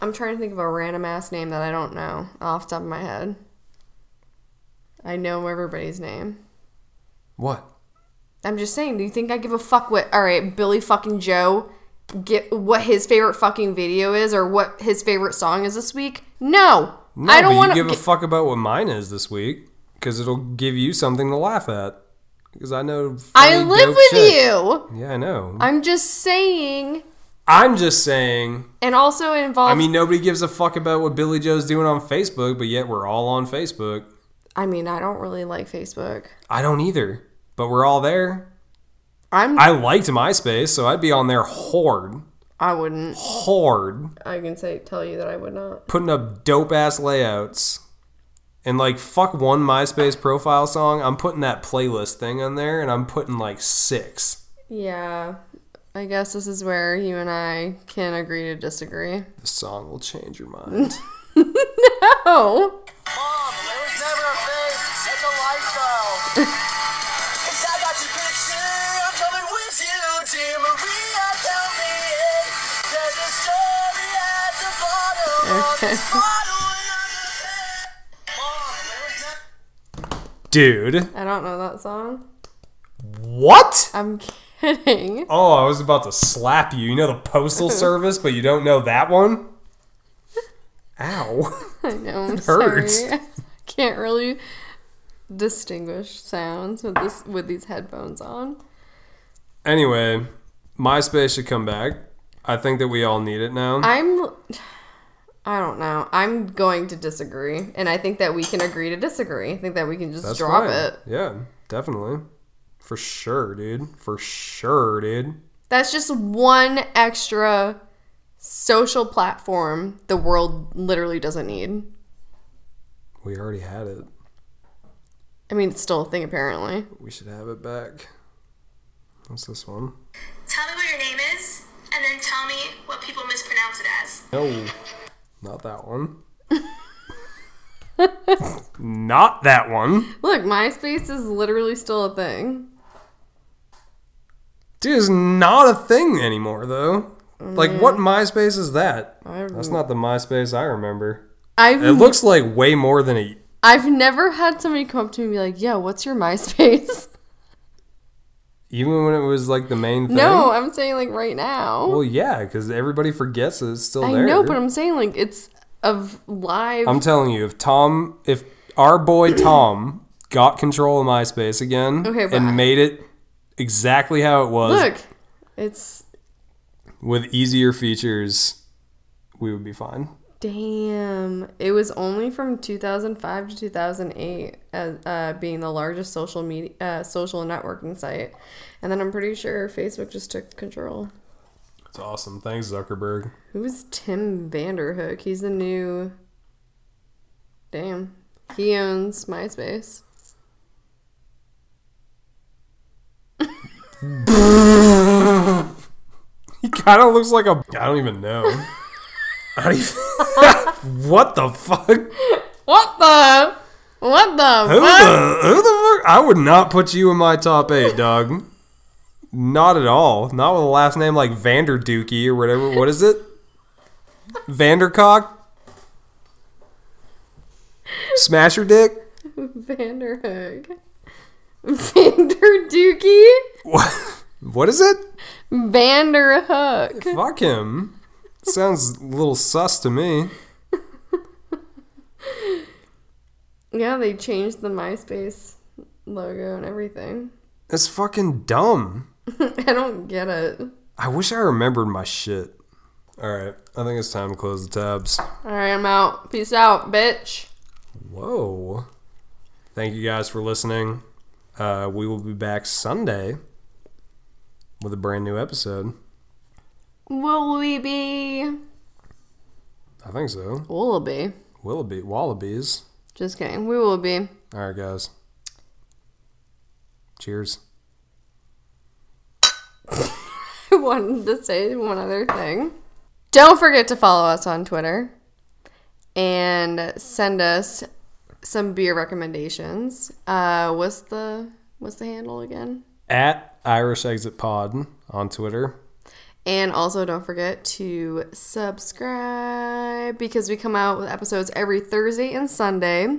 I'm trying to think of a random ass name that I don't know off the top of my head. I know everybody's name.
what?
I'm just saying. Do you think I give a fuck what? All right, Billy fucking Joe, get what his favorite fucking video is or what his favorite song is this week? No,
No,
I don't
but
want
you give
to.
a fuck about what mine is this week because it'll give you something to laugh at. Because I know
I
funny,
live
dope
with
shit.
you.
Yeah, I know.
I'm just saying,
I'm just saying.
and also it involves.
I mean, nobody gives a fuck about what Billy Joe's doing on Facebook, but yet we're all on Facebook.
I mean, I don't really like Facebook.
I don't either, but we're all there.
I'm.
I liked MySpace, so I'd be on there hard,
I wouldn't.
hard,
I can say tell you that I would not.
putting up dope ass layouts. And like fuck one MySpace profile song, I'm putting that playlist thing on there, and I'm putting like six.
Yeah. I guess this is where you and I can agree to disagree.
This song will change your mind.
Oh.
Mom, there was never a face. It's a lifestyle. Cause I got your picture. I'm coming with you, dear Maria. Tell me it. There's a story at the bottom of this bottle. And I'm the man. Mom, there was never.
Dude.
I don't know that song.
What?
I'm kidding.
Oh, I was about to slap you. You know the postal service, but you don't know that one? Ow.
I know. I'm
hurts.
Sorry. Can't really distinguish sounds with this with these headphones on.
Anyway, MySpace should come back. I think that we all need it now.
I'm I don't know. I'm going to disagree. And I think that we can agree to disagree. I think that we can just
That's
drop
fine.
it.
Yeah, definitely. For sure, dude. For sure, dude.
That's just one extra social platform the world literally doesn't need.
We already had it.
I mean, it's still a thing apparently.
We should have it back. What's this one?
Tell me what your name is, and then tell me what people mispronounce it as.
No, not that one. not that one.
Look, MySpace is literally still a thing.
Dude, it's not a thing anymore, though. Like, what MySpace is that?
Mm. I-
That's not the MySpace I remember.
I've
It looks like way more than a.
I've never had somebody come up to me and be like, "Yo, what's your MySpace?"
Even when it was like the main thing.
no, I'm saying like right now.
Well, yeah, because everybody forgets that it's still
I
there.
know, but I'm saying like it's of live.
I'm telling you, if Tom, if our boy Tom got control of MySpace again
Okay, but I-
and made it exactly how it was
Look, it's
with easier features, we would be fine.
damn. It was only from 2005 to 2008 as uh, being the largest social media uh, social networking site, and then I'm pretty sure Facebook just took control.
It's awesome. Thanks, Zuckerberg.
Who's Tim Vanderhook? He's the new. Damn, he owns MySpace.
He kind of looks like a. I don't even know. How do you- what the fuck? Who
What the? What the?
the,
fuck?
who the fuck? I would not put you in my top eight, dog. Not at all. Not with a last name like Vanderdookie or whatever. What is it? Vandercock? Smasher dick?
Vanderhook. Vanderdookie?
What? What is it?
Vanderhook.
Fuck him. Sounds a little sus to me.
Yeah, they changed the MySpace logo and everything.
That's fucking dumb.
I don't get it.
I wish I remembered my shit. All right, I think it's time to close the tabs.
Alright, I'm out. Peace out, bitch.
Whoa. Thank you guys for listening. Uh, we will be back Sunday with a brand new episode.
Will we be?
I think so.
We'll be.
Willoughby, Wallabies.
Just kidding. We will be.
All right, guys. Cheers.
I wanted to say one other thing. Don't forget to follow us on Twitter and send us some beer recommendations. Uh, what's the what's the handle again?
At Irish Exit Pod on Twitter.
And also don't forget to subscribe because we come out with episodes every Thursday and Sunday.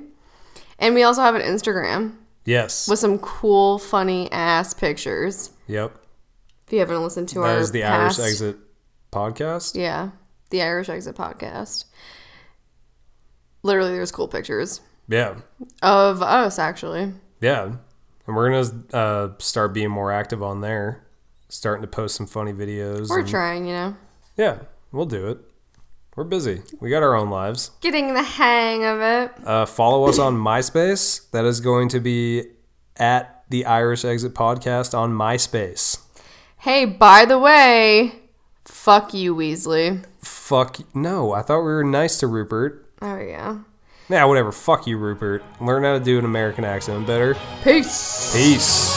And we also have an Instagram
Yes.
with some cool, funny ass pictures.
yep.
If you haven't listened to
That
our
is the
past,
Irish Exit podcast.
Yeah, the Irish Exit podcast. Literally, there's cool pictures
Yeah.
of us actually.
Yeah. And we're going to uh, start being more active on there, starting to post some funny videos.
We're
and-
trying, you know,
Yeah, we'll do it. We're busy. We got our own lives.
getting the hang of it.
Uh, follow us on MySpace. That is going to be at the Irish Exit Podcast on MySpace.
Hey, by the way, fuck you, Weasley.
Fuck no. I thought we were nice to Rupert.
Oh yeah.
Nah, whatever. Fuck you, Rupert. Learn how to do an American accent better.
Peace.
Peace.